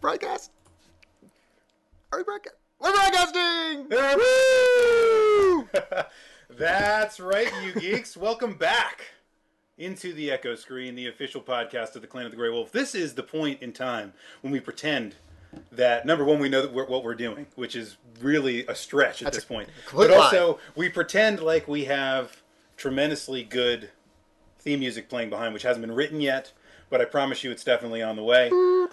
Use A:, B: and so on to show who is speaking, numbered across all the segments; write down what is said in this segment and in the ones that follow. A: broadcast? Are we broadcast? We're broadcasting!
B: Woo! That's right, you geeks. Welcome back into the Echo Screen, the official podcast of the Clan of the Grey Wolf. This is the point in time when we pretend that number one, we know that we're, what we're doing, which is really a stretch at
A: That's
B: this
A: a
B: point.
A: complete
B: But also, we pretend like we have tremendously good theme music playing behind, which hasn't been written yet. But I promise you, it's definitely on the way.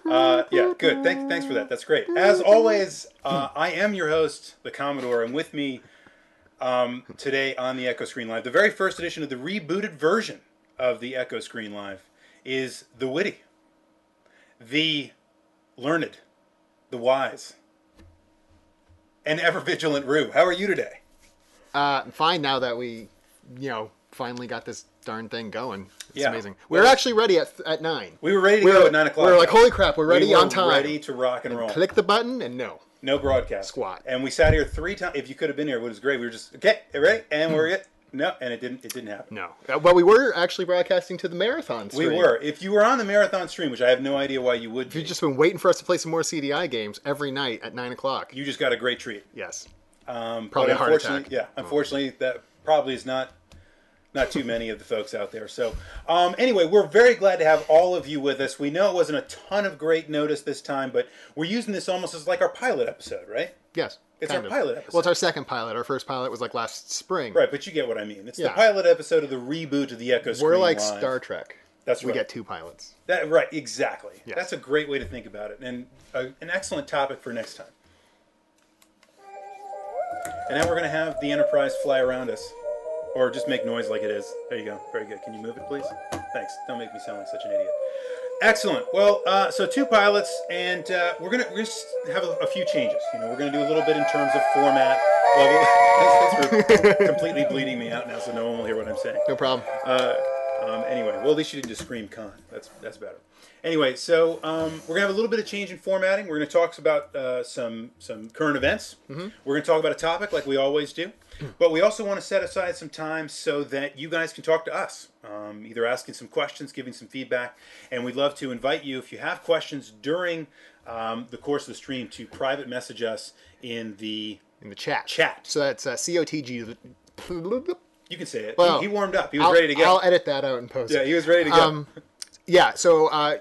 B: Uh, yeah, good. Thank, thanks for that. That's great. As always, uh, I am your host, the Commodore, and with me um, today on the Echo Screen Live, the very first edition of the rebooted version of the Echo Screen Live is the witty, the learned, the wise, and ever vigilant Rue. How are you today?
A: Uh, I'm fine now that we, you know, finally got this darn thing going. It's
B: Yeah.
A: amazing. We were actually ready at, at 9.
B: We were ready to go at nine o'clock.
A: We were like, holy crap, we're
B: We
A: ready
B: were
A: on time.
B: Ready to rock and roll.
A: Click the button and no.
B: No broadcast.
A: Squat.
B: And we sat here three times. If you could have been here, it was great. We were just okay, ready, and we're it. No, and it didn't. It didn't happen.
A: No. Uh, but we were actually broadcasting to the marathon
B: We
A: stream.
B: were. If you were on the marathon stream, which I have no idea why you would, be,
A: You've just been waiting for us to play some more CDI games every night at 9 o'clock.
B: you just got a great treat.
A: yes.
B: Um,
A: Probably a
B: but
A: heart
B: unfortunately-
A: attack. Hmm.
B: Yeah, unfortunately, that probably is not not too many of the folks out there. So, um, anyway, we're very glad to have all of you with us. We know it wasn't a ton of great notice this time, but we're using this almost as like our pilot episode, right?
A: Yes.
B: It's
A: kind
B: our
A: of.
B: pilot episode.
A: Well, it's our second pilot. Our first pilot was like last spring.
B: Right, but you get what I mean. It's the
A: Yeah.
B: pilot episode of the reboot of the Echo Screen.
A: We're like
B: Live.
A: Star Trek.
B: That's
A: we
B: right.
A: get two pilots.
B: That right, exactly.
A: Yeah.
B: That's a great way to think about it, and uh an excellent topic for next time. And now we're going to have the Enterprise fly around us, or just make noise like it is. There you go. Very good. Can you move it, please? Thanks. Don't make me sound like such an idiot. Excellent. Well, uh, so two pilots, and uh, we're going to we're just have a, a few changes. You know, we're going to do a little bit in terms of format. Well, that's, that's for completely bleeding me out now, so no one will hear what I'm saying.
A: No problem. Uh,
B: Um, anyway, well, at least you didn't just scream con. That's that's better. Anyway, so um, we're gonna have a little bit of change in formatting. We're gonna talk about uh, some some current events.
A: Mm-hmm.
B: We're gonna talk about a topic like we always do,
A: Mm.
B: but we also want to set aside some time so that you guys can talk to us, um, either asking some questions, giving some feedback, and we'd love to invite you if you have questions during um, the course of the stream to private message us in the.
A: In the chat.
B: Chat.
A: So that's uh, COTG.
B: You can say it.
A: Well,
B: he, he warmed up. He was
A: I'll,
B: ready to go.
A: I'll edit that out and post
B: yeah,
A: it.
B: he was ready to go.
A: Um, yeah, so uh,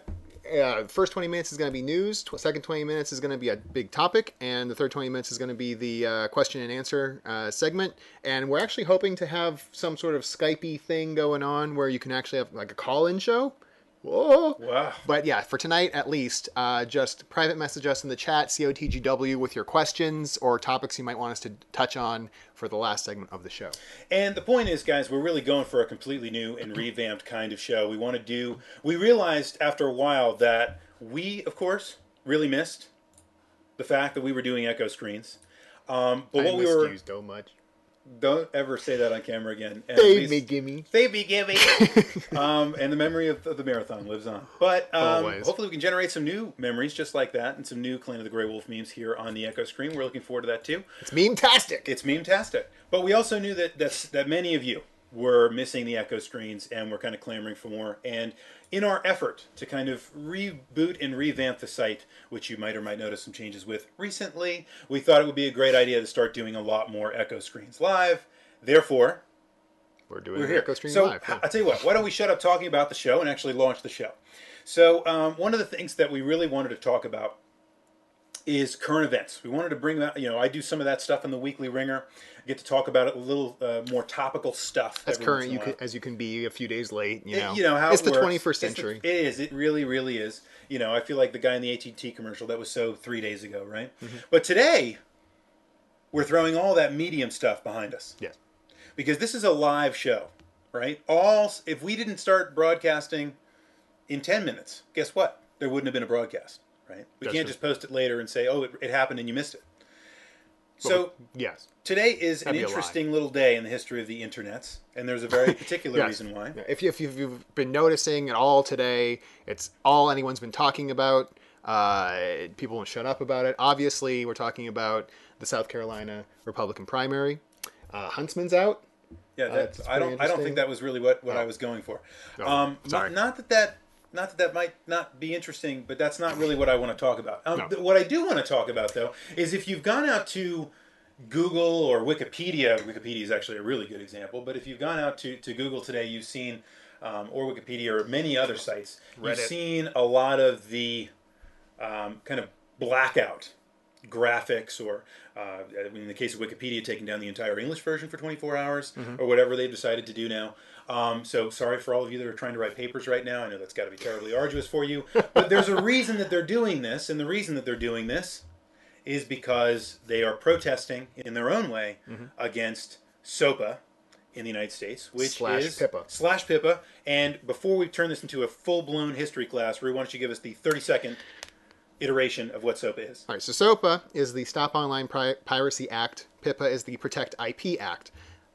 A: uh, first 20 minutes is going to be news, tw- second 20 minutes is going to be a big topic, and the third 20 minutes is going to be the uh, question and answer uh, segment. And we're actually hoping to have some sort of Skypey thing going on where you can actually have like a call in show. Whoa.
B: wow.
A: But yeah, for tonight at least, uh, just private message us in the chat, COTGW, with your questions or topics you might want us to touch on for the last segment of the show.
B: And the point is, guys, we're really going for a completely new and revamped kind of show. We want to do. We realized after a while that we, of course, really missed the fact that we were doing echo screens. Um, but what we were
A: so much.
B: don't ever say that on camera again. And
A: Baby,
B: please-
A: gimme.
B: they be giving. um, and the memory of the, the marathon lives on. But um,
A: Always.
B: hopefully, we can generate some new memories just like that and some new Clan of the Grey Wolf memes here on the Echo Screen. We're looking forward to that too.
A: It's meme-tastic.
B: It's meme-tastic. But we also knew that that's, that many of you were missing the echo screens and were kind of clamoring for more. And in our effort to kind of reboot and revamp the site, which you might or might notice some changes with recently, we thought it would be a great idea to start doing a lot more echo screens live. Therefore,
A: We're doing
B: we're
A: we
B: here.
A: Echo Stream
B: so
A: Live. yeah.
B: I tell you what, why don't we shut up talking about the show and actually launch the show? So um, one of the things that we really wanted to talk about is current events. We wanted to bring that. You know, I do some of that stuff in the weekly ringer. I get to talk about it a little uh, more topical stuff.
A: as
B: every
A: current
B: once in
A: you
B: a
A: can,
B: while.
A: as you can be a few days late. You
B: It-
A: know,
B: you know how
A: it's
B: it
A: the
B: works.
A: twenty first
B: It's the-
A: century.
B: it is. It really, really is. You know, I feel like the guy in the AT T commercial that was so three days ago, right?
A: Mm-hmm.
B: But today, we're throwing all that medium stuff behind us
A: yes,
B: because this is a live show, right? All if we didn't start broadcasting in 10 minutes, guess what? There wouldn't have been a broadcast, right? We
A: That's
B: can't
A: true.
B: just post it later and say, "Oh, it, it happened and you missed it." So
A: yes.
B: today is an
A: be a lie.
B: interesting little day in the history of the internets, and there's a very particular
A: Yes.
B: reason why.
A: Yeah, If, you, if you've, you've been noticing at all today, it's all anyone's been talking about. Uh, people won't shut up about it. Obviously, we're talking about the South Carolina Republican primary. Uh, Huntsman's out.
B: Yeah, that,
A: Uh, it's pretty
B: I don't. I don't think
A: interesting.
B: that was really what, what I was going for. um,
A: sorry.
B: Not, not that that Not that that might not be interesting, but that's not really what I want to talk about. Um,
A: No.
B: th- What I do want to talk about, though, is if you've gone out to Google or Wikipedia, Wikipedia is actually a really good example, but if you've gone out to, to Google today, you've seen, um, or Wikipedia or many other sites, you've
A: Reddit.
B: seen a lot of the um, kind of blackout graphics or uh, in the case of wikipedia taking down the entire english version for 24 hours or whatever they've decided to do now um, so sorry for all of you that are trying to write papers right now i know that's got to be terribly arduous for you but there's a reason that they're doing this and the reason that they're doing this is because they are protesting in their own way against sopa in the united states which
A: Slash
B: is
A: PIPA.
B: slash pipa and before we turn this into a full-blown history class Rue, why don't you give us the 30 second iteration of what sopa is
A: All right, so SOPA is the Stop Online Pri- Piracy Act. PIPA is the Protect IP Act.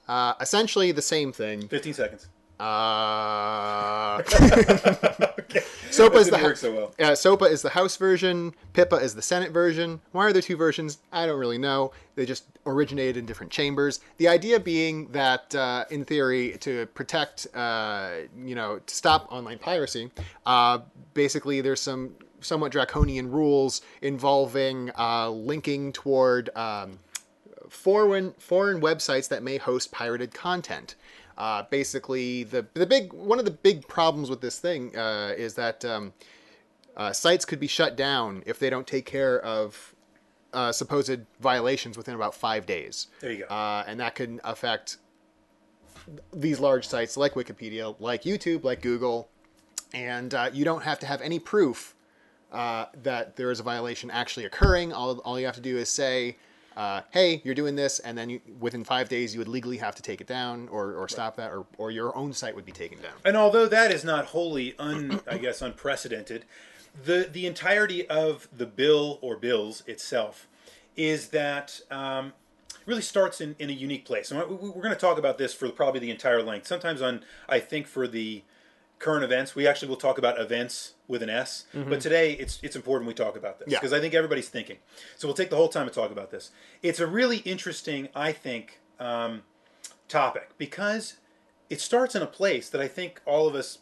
A: Uh, essentially the same thing.
B: 15 seconds.
A: Uh,
B: okay.
A: SOPA is the
B: didn't work so well.
A: uh, SOPA is the House version. PIPA is the Senate version. Why are there two versions? I don't really know. They just originated in different chambers. The idea being that, uh, in theory, to protect, uh, you know, to stop online piracy, uh, basically there's some somewhat draconian rules involving uh, linking toward. Um, foreign foreign websites that may host pirated content. Uh, basically, the the big one of the big problems with this thing uh, is that um, uh, sites could be shut down if they don't take care of uh, supposed violations within about five days.
B: There you go.
A: Uh, and that can affect these large sites like Wikipedia, like YouTube, like Google, and uh, you don't have to have any proof uh, that there is a violation actually occurring. All, all you have to do is say, uh, "Hey, you're doing this," and then you, within five days you would legally have to take it down or, or stop that, or, or your own site would be taken down.
B: And although that is not wholly un, I guess, unprecedented, the the entirety of the bill or bills itself is that um, really starts in, in a unique place. And we- we're going to talk about this for probably the entire length. Sometimes on, I think for the current events, we actually will talk about events with an S. But today, it's it's important we talk about this
A: Mm-hmm. Yeah.
B: because I think everybody's thinking. So we'll take the whole time to talk about this. It's a really interesting, I think. Um, topic because it starts in a place that I think all of us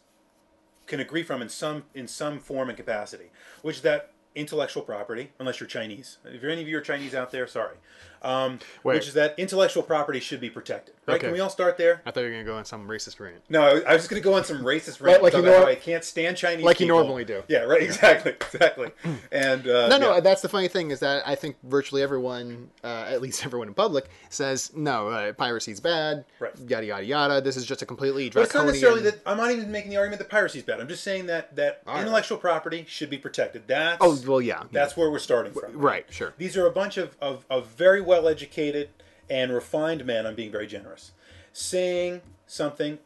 B: can agree from in some in some form and capacity, which is that intellectual property, unless you're Chinese. If you're any of you are Chinese out there, sorry. Um,
A: Wait.
B: which is that intellectual property should be protected. Right?
A: Okay.
B: Can we all start there?
A: I thought you were gonna go on some racist rant.
B: No, I- I was just going to go on some racist rant
A: like
B: about
A: you nor-
B: how I can't stand Chinese.
A: like you
B: people.
A: normally do.
B: Yeah, right. Exactly. Exactly. And uh,
A: No, no,
B: yeah.
A: that's the funny thing is that I think virtually everyone, uh, at least everyone in public, says no, uh, piracy's bad.
B: Right.
A: Yada yada yada. This is just a completely
B: But it's not
A: draconian.
B: necessarily that I'm not even making the argument that piracy is bad. I'm just saying that that
A: right.
B: intellectual property should be protected. That's
A: Oh well, yeah.
B: That's where we're starting from.
A: right. Sure.
B: These are a bunch of, of, of very well educated and refined men, I'm being very generous, saying something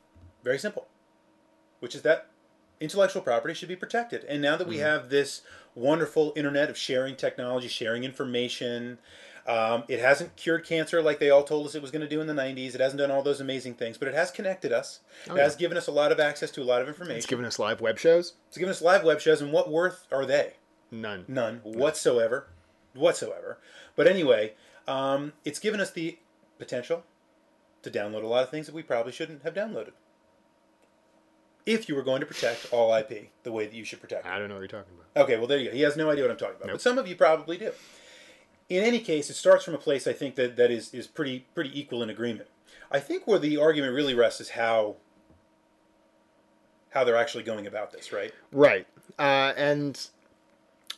B: very simple, which is that intellectual property should be protected. And now that we have this wonderful internet of sharing technology, sharing information, um, it hasn't cured cancer like they all told us it was going to do in the 90s. It hasn't done all those amazing things, but it has connected us. it has given us a lot of access to a lot of information.
A: It's giving us live web shows.
B: it's given us live web shows, and what worth are they?
A: None.
B: None whatsoever, whatsoever. But anyway, um, it's given us the potential to download a lot of things that we probably shouldn't have downloaded. If you were going to protect all IP the way that you should protect it.
A: I don't know what you're talking about.
B: Okay, well there you go. He has no idea what I'm talking about, but some of you probably do. In any case, it starts from a place I think that that is is pretty pretty equal in agreement. I think where the argument really rests is how how they're actually going about this, right?
A: Right. Uh, and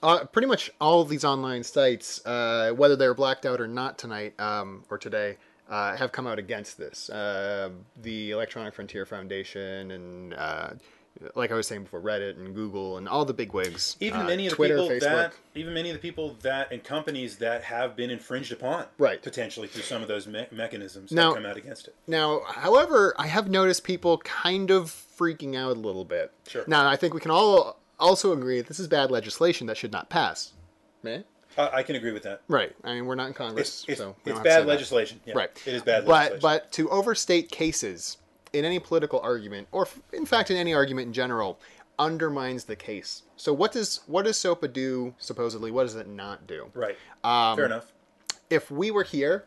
A: uh, pretty much all of these online sites, uh, whether they're blacked out or not tonight um, or today, uh, have come out against this. Uh, the Electronic Frontier Foundation and. Uh, like I was saying before, Reddit and Google and all the big wigs.
B: even
A: uh,
B: many of the
A: Twitter,
B: people
A: Facebook.
B: that even many of the people that and companies that have been infringed upon
A: Right.
B: potentially through some of those me- mechanisms
A: Now-
B: that come out against it
A: Now, however, I have noticed people kind of freaking out a little bit.
B: Sure.
A: Now, I think we can all also agree that this is bad legislation that should not pass. Right?
B: I, I can agree with that
A: Right. I mean, we're not in Congress,
B: it's, it's,
A: so we
B: it's
A: don't have to say
B: bad
A: that.
B: legislation Yeah,
A: Right.
B: it is bad
A: But
B: legislation
A: but to overstate cases in any political argument, or f- in fact in any argument in general, undermines the case. So what does what does SOPA do supposedly? What does it not do?
B: right
A: Um,
B: fair enough
A: If we were here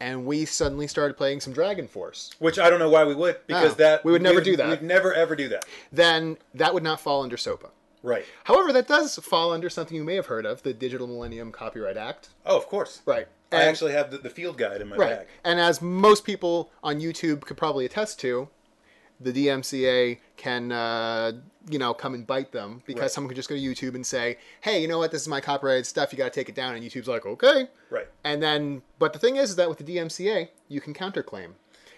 A: and we suddenly started playing some Dragon Force,
B: Which I don't know why we would, because
A: No,
B: that
A: we would never do that.
B: We'd never ever do that.
A: then that would not fall under SOPA.
B: Right.
A: However, that does fall under something you may have heard of, the Digital Millennium Copyright Act.
B: Oh, of course.
A: Right.
B: I
A: And-
B: actually have the, the field guide in my
A: Right.
B: bag.
A: And as most people on YouTube could probably attest to, the DMCA can, uh, you know, come and bite them because
B: Right.
A: someone could just go to YouTube and say, hey, you know what? This is my copyrighted stuff. You got to take it down. And YouTube's like, okay.
B: Right.
A: And then, but the thing is, is that with the DMCA, you can counterclaim.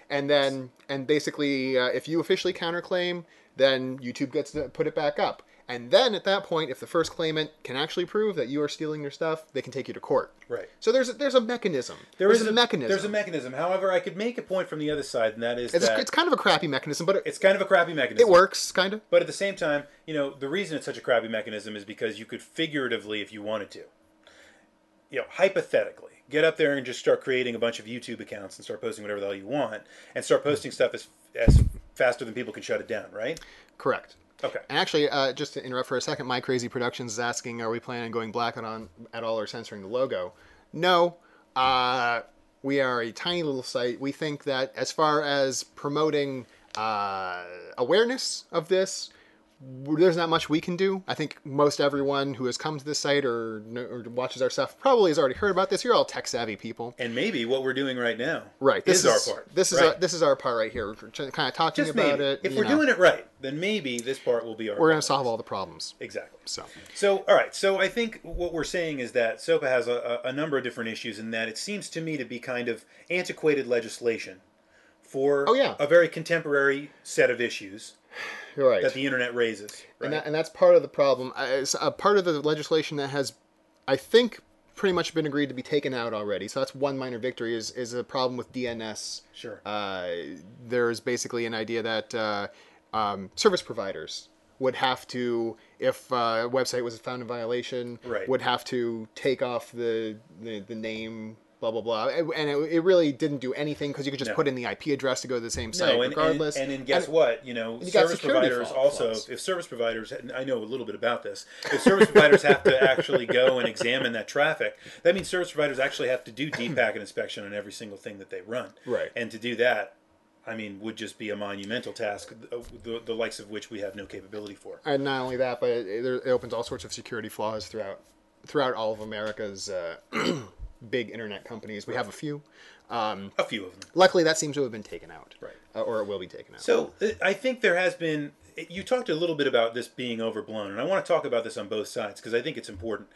A: And then, and basically, uh, if you officially counterclaim, then YouTube gets to put it back up. And then at that point, if the first claimant can actually prove that you are stealing their stuff, they can take you to court.
B: Right.
A: So there's a, there's a mechanism.
B: There
A: there's
B: is
A: a, mechanism.
B: There's a mechanism. However, I could make a point from the other side, and that is
A: It's,
B: that
A: it's kind of a crappy mechanism, but it,
B: it's kind of a crappy mechanism.
A: it works, kind of.
B: But at the same time, you know, the reason it's such a crappy mechanism is because you could figuratively, if you wanted to, you know, hypothetically, get up there and just start creating a bunch of YouTube accounts and start posting whatever the hell you want and start posting stuff as, as faster than people can shut it down, right?
A: Correct.
B: Okay.
A: And actually, uh, just to interrupt for a second, My Crazy Productions is asking, are we planning on going black on, on at all or censoring the logo? No. Uh, we are a tiny little site. We think that as far as promoting uh, awareness of this, there's not much we can do. I think most everyone who has come to this site or, kn- or watches our stuff probably has already heard about this. You're all tech savvy people.
B: And maybe what we're doing right now
A: Right. This
B: is, our part.
A: This is
B: right?
A: our, this is our part right here. We're kind of talking
B: Just
A: about
B: maybe.
A: it.
B: If
A: you
B: we're
A: know.
B: doing it right, then maybe this part will be our
A: we're
B: part.
A: going to solve all the problems.
B: Exactly.
A: So
B: So, all right. So, I think what we're saying is that SOPA has a, a a number of different issues, in that it seems to me to be kind of antiquated legislation for
A: Oh, yeah.
B: a very contemporary set of issues
A: you're right.
B: that the internet raises. Right?
A: and, that, and that's part of the problem. Uh, It's a part of the legislation that has, I think, pretty much been agreed to be taken out already. So that's one minor victory. Is is a problem with DNS.
B: Sure.
A: Uh, there is basically an idea that uh, um, service providers would have to, if uh, a website was found in violation,
B: Right.
A: would have to take off the the, the name. Blah blah blah, and and it, it really didn't do anything because you could just
B: No.
A: put in the IP address to go to the same site,
B: no, and, and,
A: regardless.
B: and then guess what? You know,
A: you got
B: service
A: security
B: providers
A: fault-
B: also,
A: faults.
B: if service providers, and I know a little bit about this, if service providers have to actually go and examine that traffic, that means service providers actually have to do deep packet inspection on every single thing that they run.
A: Right.
B: And to do that, I mean, would just be a monumental task, the, the, the likes of which we have no capability for.
A: and not only that, but it, it it opens all sorts of security flaws throughout throughout all of America's uh, big internet companies. We have a few. Um,
B: A few of them.
A: luckily, that seems to have been taken out,
B: Right.
A: Uh, or it will be taken out.
B: So uh, I think there has been. You talked a little bit about this being overblown, and I want to talk about this on both sides because I think it's important.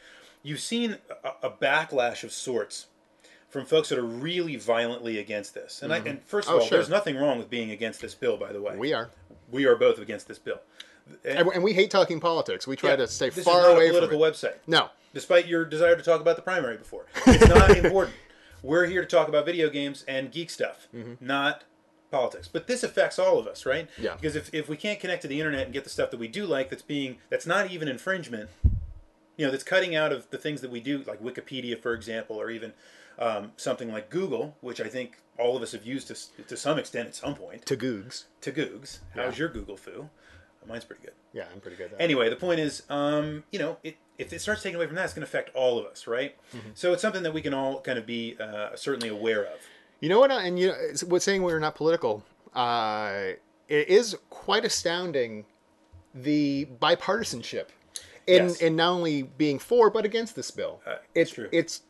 B: You've seen a, a backlash of sorts from folks that are really violently against this, and I and first of
A: Oh,
B: all,
A: sure.
B: there's nothing wrong with being against this bill. By the way,
A: we are,
B: we are both against this bill.
A: and, and we hate talking politics. We try to stay
B: this
A: far
B: is not
A: away
B: a
A: from it.
B: political website
A: no,
B: despite your desire to talk about the primary before. It's not important. We're here to talk about video games and geek stuff, not politics. But this affects all of us, right?
A: Yeah.
B: Because if, if we can't connect to the internet and get the stuff that we do like that's being that's not even infringement, you know, that's cutting out of the things that we do, like Wikipedia, for example, or even um, something like Google, which I think all of us have used to, s- to some extent at some point.
A: to Googs.
B: To Googs, how's your Google foo? Mine's pretty good
A: Yeah, I'm pretty good. At that.
B: anyway, the point is, um, you know, it, if it starts taking away from that, it's going to affect all of us, right?
A: Mm-hmm.
B: So it's something that we can all kind of be uh, certainly aware of.
A: You know what? I- And you know, it's- with saying we're not political, uh, it is quite astounding the bipartisanship in
B: Yes. Uh,
A: in not only being for but against this bill.
B: it's
A: it's
B: true.
A: It's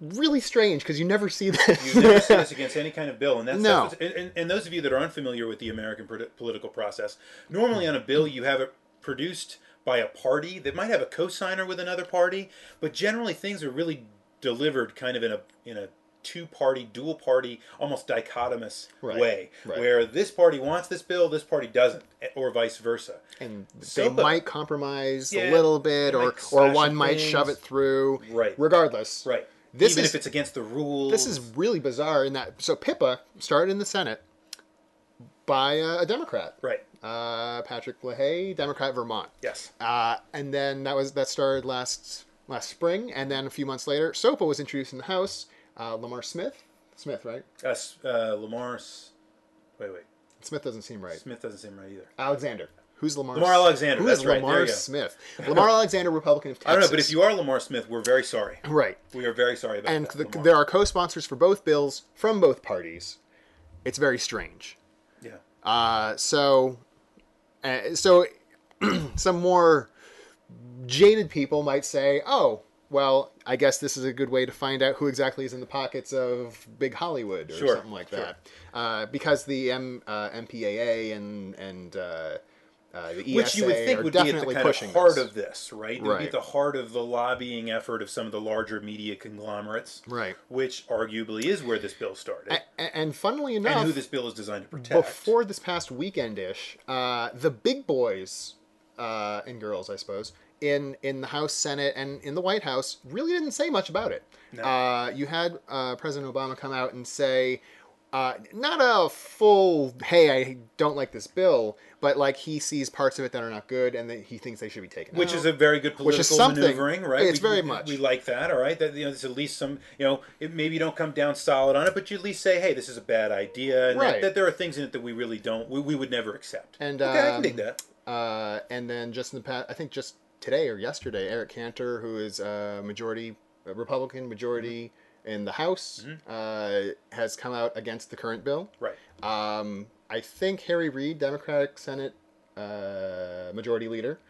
A: really strange because you never see this.
B: You never see this against any kind of bill, and that's,
A: No.
B: that's what's- and, and- and those of you that are unfamiliar with the American pro- political process, normally on a bill you have it produced by a party that might have a cosigner with another party, but generally things are really delivered kind of in a in a two-party, dual-party, almost dichotomous
A: Right.
B: way,
A: Right.
B: where this party wants this bill, this party doesn't, eh, or vice versa.
A: and
B: So,
A: they
B: but-
A: might compromise
B: Yeah,
A: a little bit,
B: they
A: or
B: might
A: or
B: slash
A: one
B: some
A: might shove it
B: things.
A: through.
B: Right.
A: Regardless.
B: Right.
A: This
B: Even
A: is-
B: if it's against the rules.
A: This is really bizarre in that. So PIPA started in the Senate by a, a Democrat,
B: right.
A: uh, Patrick LaHaye, Democrat, Vermont.
B: Yes.
A: Uh, and then that was that started last last spring, and then a few months later, SOPA was introduced in the House. Uh, Lamar Smith, Smith, right?
B: Us. Uh, Lamar's. Wait, wait.
A: Smith doesn't seem right.
B: Smith doesn't seem right either.
A: Alexander. Who's Lamar?
B: Lamar Alexander,
A: Who
B: that's
A: is
B: right, there
A: Lamar
B: you go.
A: Smith? Lamar Alexander, Republican of Texas.
B: I don't know, but if you are Lamar Smith, we're very sorry.
A: right,
B: We are very sorry about
A: and
B: that.
A: the,
B: Lamar.
A: there are co-sponsors for both bills from both parties. It's very strange.
B: yeah.
A: Uh, so, uh, so some more jaded people might say, "Oh, well, I guess this is a good way to find out who exactly is in the pockets of Big Hollywood or
B: Sure,
A: something like
B: sure.
A: that," uh, because the M, uh, MPAA and and uh, uh, the ESA
B: Which you would think
A: are
B: would be at the
A: definitely
B: kind
A: pushing
B: of heart
A: this.
B: of this, right? It would be
A: Right.
B: at the heart of the lobbying effort of some of the larger media conglomerates,
A: Right.
B: Which arguably is where this bill started,
A: A- a- and funnily enough,
B: and who this bill is designed to protect.
A: before this past weekend ish, uh, the big boys uh, and girls, I suppose, in in the House, Senate, and in the White House, really didn't say much about it. Uh, you had uh, President Obama come out and say. Uh, not a full hey i don't like this bill but like he sees parts of it that are not good and that he thinks they should be taken
B: which
A: out.
B: is a very good political
A: is something.
B: maneuvering, right?
A: It's
B: we,
A: very
B: we-
A: much.
B: we like that, all right. That you know, there's at least some, you know, it, maybe you don't come down solid on it, but you at least say, hey, this is a bad idea, and that-
A: Right.
B: that, there are things in it that we really don't, we, we would never accept.
A: And,
B: okay, I can
A: um,
B: dig that.
A: Uh, and then just in the past, I think just today or yesterday, Eric Cantor, who is a majority a Republican majority
B: Mm-hmm.
A: in the House, uh, has come out against the current bill.
B: Right.
A: Um, I think Harry Reid, Democratic Senate uh, Majority Leader.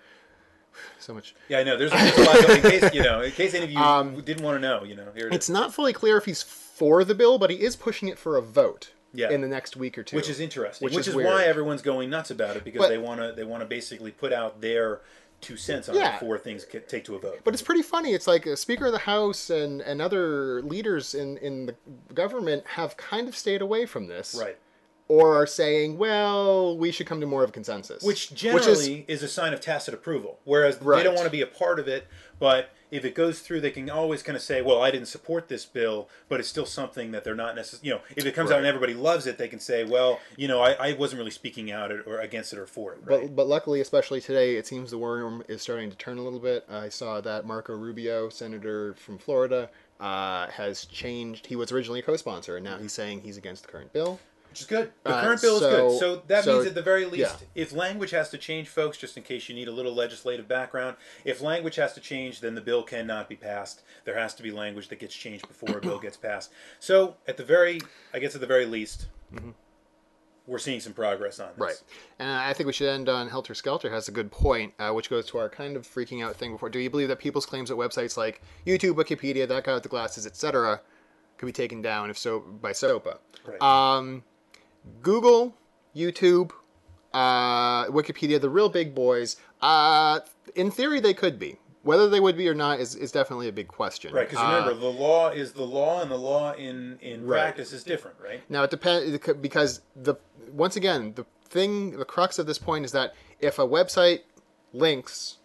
A: So much.
B: Yeah, I know. There's a lot of, in case you know, in case any of you didn't want to know, you know, here it
A: Um, It's
B: is,
A: not fully clear if he's for the bill, but he is pushing it for a vote
B: Yeah.
A: in the next week or two.
B: which is interesting,
A: which
B: which,
A: is
B: is,
A: weird.
B: why everyone's going nuts about it because
A: But-
B: they want to, they want to basically put out their two cents on
A: Yeah.
B: it before things ca- take to a vote.
A: But it's pretty funny. It's like uh, Speaker of the House and, and other leaders in, in the government have kind of stayed away from this.
B: right.
A: Or are saying, well, we should come to more of a consensus.
B: which
A: is-
B: generally is, a sign of tacit approval. Whereas they
A: Right.
B: don't want to be a part of it, but if it goes through, they can always kind of say, "Well, I didn't support this bill, but it's still something that they're not necessarily." You know, if it comes out and
A: Right.
B: everybody loves it, they can say, "Well, you know, I, I wasn't really speaking out it or against it or for it." Right?
A: But, but luckily, especially today, it seems the worm is starting to turn a little bit. I saw that Marco Rubio, senator from Florida, uh, has changed. He was originally a co-sponsor, and now he's saying he's against the current bill.
B: Which is good. The
A: Uh,
B: current bill is
A: so-
B: good. So that
A: so-
B: means, at the very least,
A: yeah.
B: if language has to change, folks, just in case you need a little legislative background, if language has to change, then the bill cannot be passed. There has to be language that gets changed before a bill gets passed. So, at the very, I guess, at the very least,
A: Mm-hmm.
B: we're seeing some progress on this.
A: Right. And I think we should end on Helter Skelter has a good point, uh, which goes to our kind of freaking out thing before. Do you believe that people's claims at websites like YouTube, Wikipedia, that guy with the glasses, etc., could be taken down if so by SOPA?
B: Right.
A: Um, Google, YouTube, uh, Wikipedia, the real big boys. Uh, in theory, they could be. Whether they would be or not is, is definitely a big question.
B: Right. Because
A: Uh,
B: remember, the law is the law, and the law in in
A: Right.
B: practice is different, right?
A: Now it depends because the once again the thing the crux of this point is that if a website links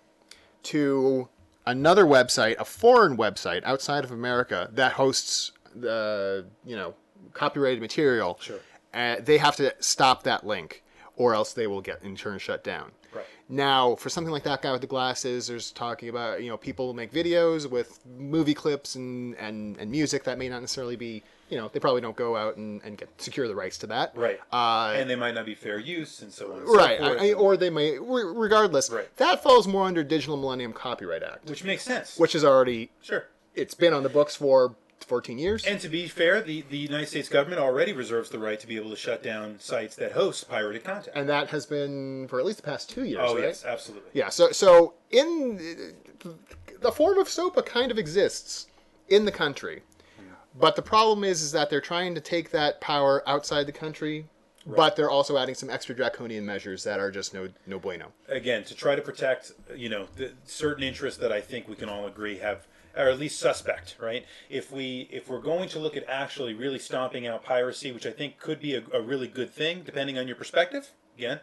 A: to another website, a foreign website outside of America that hosts the you know copyrighted material,
B: Sure.
A: uh, they have to stop that link or else they will get in turn shut down.
B: Right.
A: Now, for something like that guy with the glasses, there's talking about you know people make videos with movie clips and and, and music that may not necessarily be you know they probably don't go out and, and get secure the rights to that.
B: Right.
A: Uh,
B: and they might not be fair use, and so on. And
A: right.
B: So forth.
A: I, I- or they may re- regardless.
B: Right.
A: That falls more under Digital Millennium Copyright Act,
B: which makes sense.
A: which is already
B: sure.
A: it's been on the books for 14 years.
B: And to be fair, the, the United States government already reserves the right to be able to shut down sites that host pirated content.
A: and that has been for at least the past two years.
B: oh,
A: right?
B: yes, absolutely.
A: Yeah. So so in the form of SOPA kind of exists in the country, but the problem is is that they're trying to take that power outside the country, but they're also adding some extra draconian measures that are just no no bueno.
B: Again, to try to protect, you know, the certain interests that I think we can all agree have or at least suspect, right? If we if we're going to look at actually really stomping out piracy, which I think could be a, a really good thing depending on your perspective, again,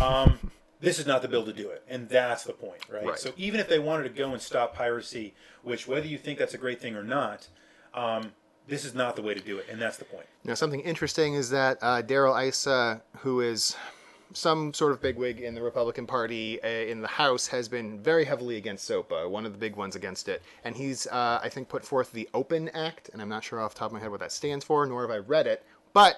B: um, this is not the bill to do it, and that's the point, right?
A: Right.
B: So even if they wanted to go and stop piracy, which whether you think that's a great thing or not, um, this is not the way to do it, and that's the point.
A: Now something interesting is that uh, Daryl Issa, who is some sort of bigwig in the Republican Party uh, in the House, has been very heavily against SOPA, one of the big ones against it. And he's, uh, I think, put forth the Open Act, and I'm not sure off the top of my head what that stands for, nor have I read it. But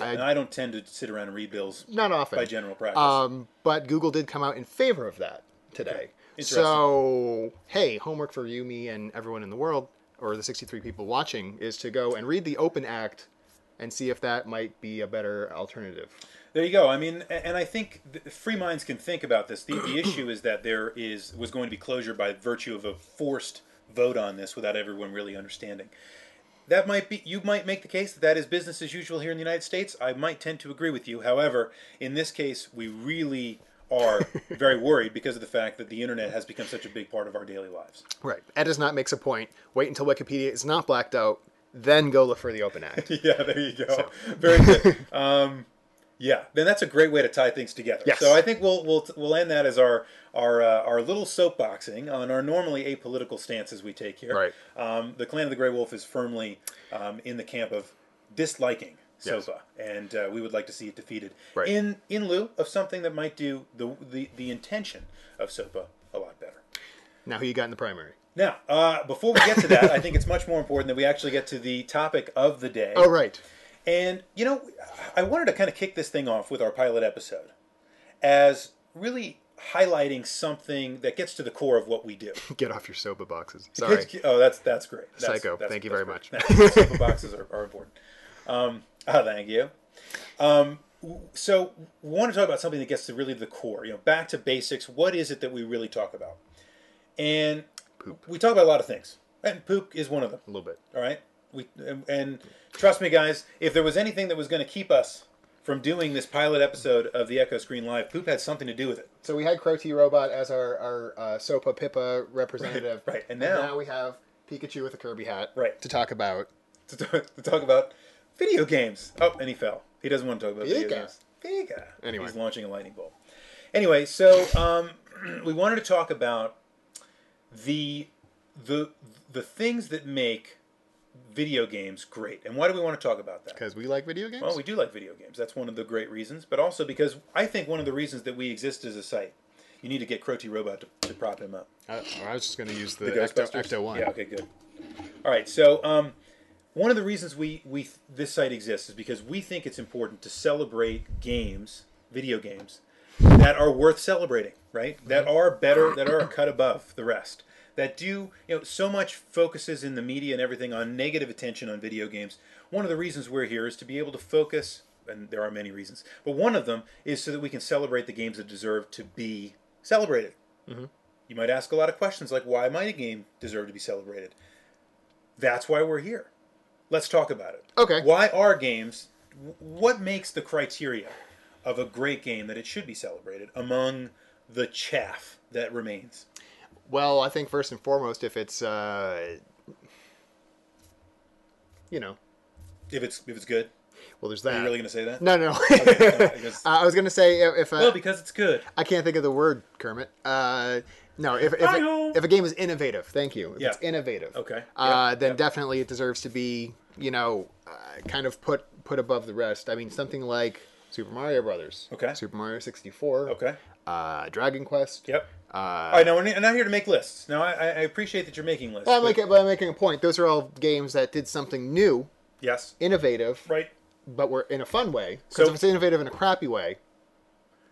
B: and I don't tend to sit around and read bills
A: Not often.
B: by general practice.
A: Um, but Google did come out in favor of that today.
B: Interesting.
A: So, hey, homework for you, me, and everyone in the world, or the 63 people watching, is to go and read the Open Act and see if that might be a better alternative.
B: There you go. I mean, a- and I think th- free minds can think about this. The, the issue is that there is was going to be closure by virtue of a forced vote on this without everyone really understanding. That might be. You might make the case that that is business as usual here in the United States. I might tend to agree with you. However, in this case, we really are very worried because of the fact that the internet has become such a big part of our daily lives.
A: Right. Ed does not makes a point. Wait until Wikipedia is not blacked out, then go look for the Open Act.
B: Yeah, there you go. Very good. um, yeah, then that's a great way to tie things together.
A: Yes.
B: So I think we'll we'll we'll end that as our our uh, our little soapboxing on our normally apolitical stances we take here.
A: Right.
B: Um, the Clan of the Grey Wolf is firmly um, in the camp of disliking
A: Yes.
B: SOPA, and uh, we would like to see it defeated
A: Right.
B: in in lieu of something that might do the the, the intention of SOPA a lot better.
A: now, who you got in the primary?
B: Now, uh, before we get to that, I think it's much more important that we actually get to the topic of the day.
A: Oh, right.
B: And, you know, I wanted to kind of kick this thing off with our pilot episode as really highlighting something that gets to the core of what we do.
A: Get off your soba boxes. Sorry.
B: oh, that's that's great. That's,
A: Psycho.
B: that's-
A: Thank you
B: that's
A: very
B: great. Thank you. Sofa boxes are, are important. Um, ah, thank you. Um, w- so we want to talk about something that gets to really the core. You know, back to basics. What is it that we really talk about? And we talk about a lot of things, and poop is one of them.
A: A little bit.
B: All right. We and, and trust me, guys. If there was anything that was going to keep us from doing this pilot episode of the Echo Screen Live, poop had something to do with it.
A: So we had Crow T Robot as our, our uh, SOPA PIPA representative.
B: Right, right. And now-
A: now we have Pikachu with a Kirby hat.
B: Right.
A: To talk about
B: To talk, to talk about video games. Oh, and he fell. He doesn't want to talk about video
A: Pika.
B: games. Pika.
A: Anyway.
B: he's launching a lightning bolt. Anyway, so um, we wanted to talk about the the the things that make video games great, and why do we want to talk about that?
A: because we like video games.
B: Well, we do like video games. That's one of the great reasons, but also because I think one of the reasons that we exist as a site. You need to get Crotty Robot to, to prop him up.
A: I, Uh, I was just going to use the, Ecto,
B: Ghostbusters?
A: Ecto One.
B: Yeah. Okay. Good. All right. So, um, one of the reasons we we this site exists is because we think it's important to celebrate games, video games, that are worth celebrating. Right. That are better. That are a cut above the rest. That do you know so much focuses in the media and everything on negative attention on video games. One of the reasons we're here is to be able to focus, and there are many reasons, but one of them is so that we can celebrate the games that deserve to be celebrated. You might ask a lot of questions like, why might a game deserve to be celebrated? That's why we're here. Let's talk about it.
A: Okay.
B: Why are games, wh- what makes the criteria of a great game that it should be celebrated among the chaff that remains?
A: Well, I think first and foremost, if it's uh, you know,
B: If it's if it's good,
A: well, there's
B: are
A: that.
B: you really going to say that?
A: No, no.
B: because-
A: Uh, I was going to say if, if uh,
B: well, because it's good.
A: I can't think of the word Kermit. Uh, no, if if,
B: Hi-ho.
A: it, if a game is innovative, thank you. If it's
B: Yeah.
A: innovative,
B: Okay.
A: uh,
B: Yeah.
A: then definitely it deserves to be you know uh, kind of put put above the rest. I mean, something like Super Mario Brothers,
B: Okay.
A: Super Mario sixty four,
B: Okay.
A: uh, Dragon Quest,
B: Yep.
A: Uh,
B: all right. Now we're, I'm not here to make lists. Now I, I I appreciate that you're making lists.
A: I'm,
B: but-
A: making, but I'm making a point. Those are all games that did something new,
B: yes.
A: innovative,
B: Right.
A: but were in a fun way. Because
B: So-
A: if it's innovative in a crappy way,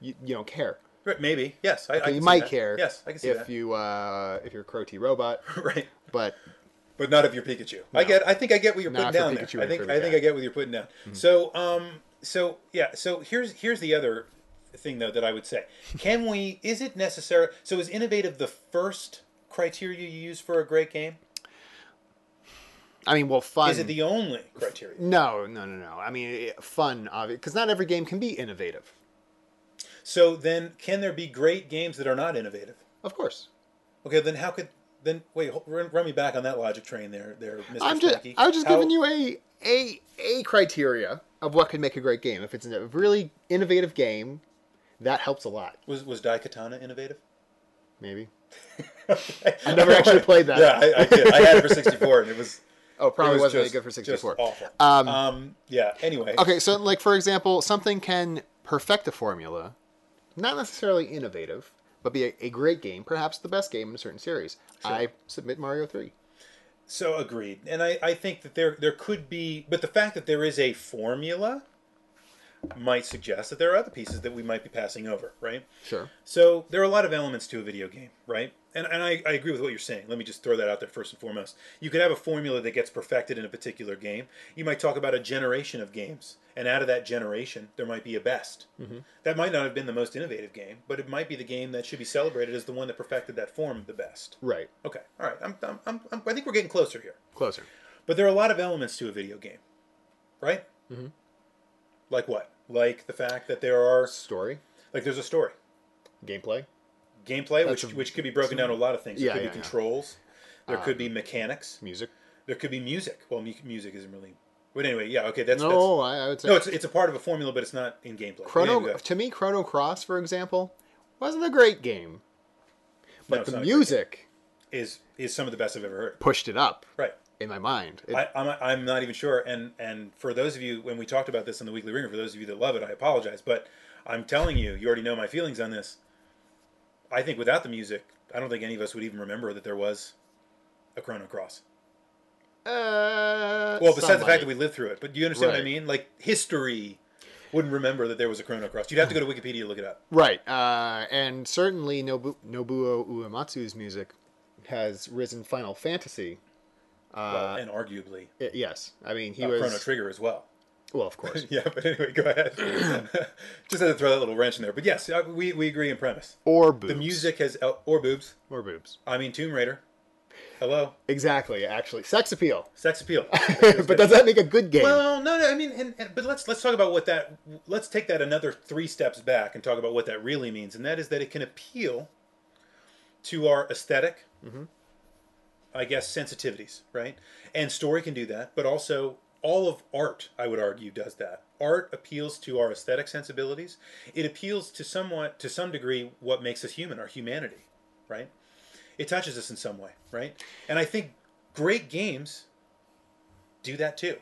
A: you, you don't care.
B: Right, Maybe. Yes. I, I can
A: you
B: see
A: might
B: that.
A: care.
B: Yes, I can see
A: if
B: that.
A: you uh, if you're a crow T robot,
B: right.
A: but
B: But not if you're Pikachu. I get. I think I get what you're
A: Not if
B: putting
A: you're
B: down
A: Pikachu
B: there.
A: and
B: I think.
A: Kirby
B: I think
A: Cat.
B: I get what you're putting down.
A: Mm-hmm.
B: So, um, so yeah. So here's here's the other thing though that I would say. Can we? Is it necessary? So is innovative the first criteria you use for a great game?
A: I mean, well, fun.
B: Is it the only criteria?
A: no, no, no, no. I mean, it, fun, obvious, because not every game can be innovative.
B: So then, can there be great games that are not innovative?
A: Of course.
B: Okay, then how could then wait? Hold, run, run me back on that logic train there, there, Mr.
A: I'm just
B: Stacky.
A: I was just
B: How-
A: giving you Oh. a a a criteria of what could make a great game. If it's a really innovative game, that helps a lot.
B: Was was Daikatana innovative?
A: Maybe.
B: I
A: never actually played that.
B: Yeah, I, I did. I had it for 64, and it was
A: Oh, probably
B: It
A: was not really
B: just-
A: good for
B: just
A: 64.
B: Awful.
A: Um,
B: Um, yeah. Anyway.
A: Okay, so like for example, something can perfect a formula, not necessarily innovative, but be a, a great game, perhaps the best game in a certain series. I submit Mario Three.
B: So agreed, and I, I think that there there could be, but the fact that there is a formula might suggest that there are other pieces that we might be passing over, right?
A: Sure.
B: So there are a lot of elements to a video game, right? And, and I, I agree with what you're saying. Let me just throw that out there first and foremost. You could have a formula that gets perfected in a particular game. You might talk about a generation of games, and out of that generation, there might be a best. That might not have been the most innovative game, but it might be the game that should be celebrated as the one that perfected that form the best.
A: Right.
B: Okay, all right. I'm, I'm, I'm, I'm, I think we're getting closer here.
A: Closer.
B: But there are a lot of elements to a video game, right? Mm-hmm. Like what? Like the fact that there are
A: Story.
B: like there's a story,
A: Gameplay.
B: gameplay,
A: That's
B: which
A: a-
B: which could be broken down to a lot of things.
A: Yeah,
B: there could
A: yeah,
B: be
A: yeah. Um,
B: controls. There could be mechanics.
A: Music.
B: There could be music. Well, mu- music isn't really. But anyway, yeah. Okay, that's
A: No, I, I would
B: That's,
A: say
B: no, it's it's a part of a formula, but it's not in gameplay. Yeah,
A: Chrono.
B: yeah.
A: To me, Chrono Cross, for example, wasn't a great game,
B: No,
A: but
B: it's
A: the
B: not a great
A: music
B: is is some of the best I've ever heard.
A: pushed it up
B: Right.
A: in my mind. It-
B: I, I'm, I'm not even sure. And and for those of you, when we talked about this in the Weekly Ringer, for those of you that love it, I apologize. But I'm telling you, you already know my feelings on this. I think without the music, I don't think any of us would even remember that there was a Chrono Cross.
A: uh,
B: Well, besides the
A: somebody.
B: fact that we lived through it, but do you understand what
A: Right.
B: I mean? Like history wouldn't remember that there was a Chrono Cross. You'd have to go to Wikipedia to look it up.
A: Right, uh, and certainly Nobu- Nobuo Uematsu's music has risen Final Fantasy.
B: Well, and arguably,
A: I- yes, I mean he
B: uh,
A: Uh, was
B: Chrono Trigger as well.
A: well, of course.
B: yeah, but anyway, go ahead. Just had to throw that little wrench in there. But yes, uh, we we agree in premise.
A: Or boobs.
B: The music has uh, or boobs.
A: Or boobs.
B: I mean, Tomb Raider. Hello,
A: Exactly. Actually, sex appeal.
B: sex appeal.
A: but does that make a good game?
B: well, no, no. I mean, and, and, but let's let's talk about what that. Let's take that another three steps back and talk about what that really means, and that is that it can appeal to our esthetic I guess, sensitivities, right? And story can do that, but also all of art, I would argue, does that. Art appeals to our aesthetic sensibilities. It appeals to somewhat, to some degree, what makes us human, our humanity, right? It touches us in some way, right? And I think great games do that too.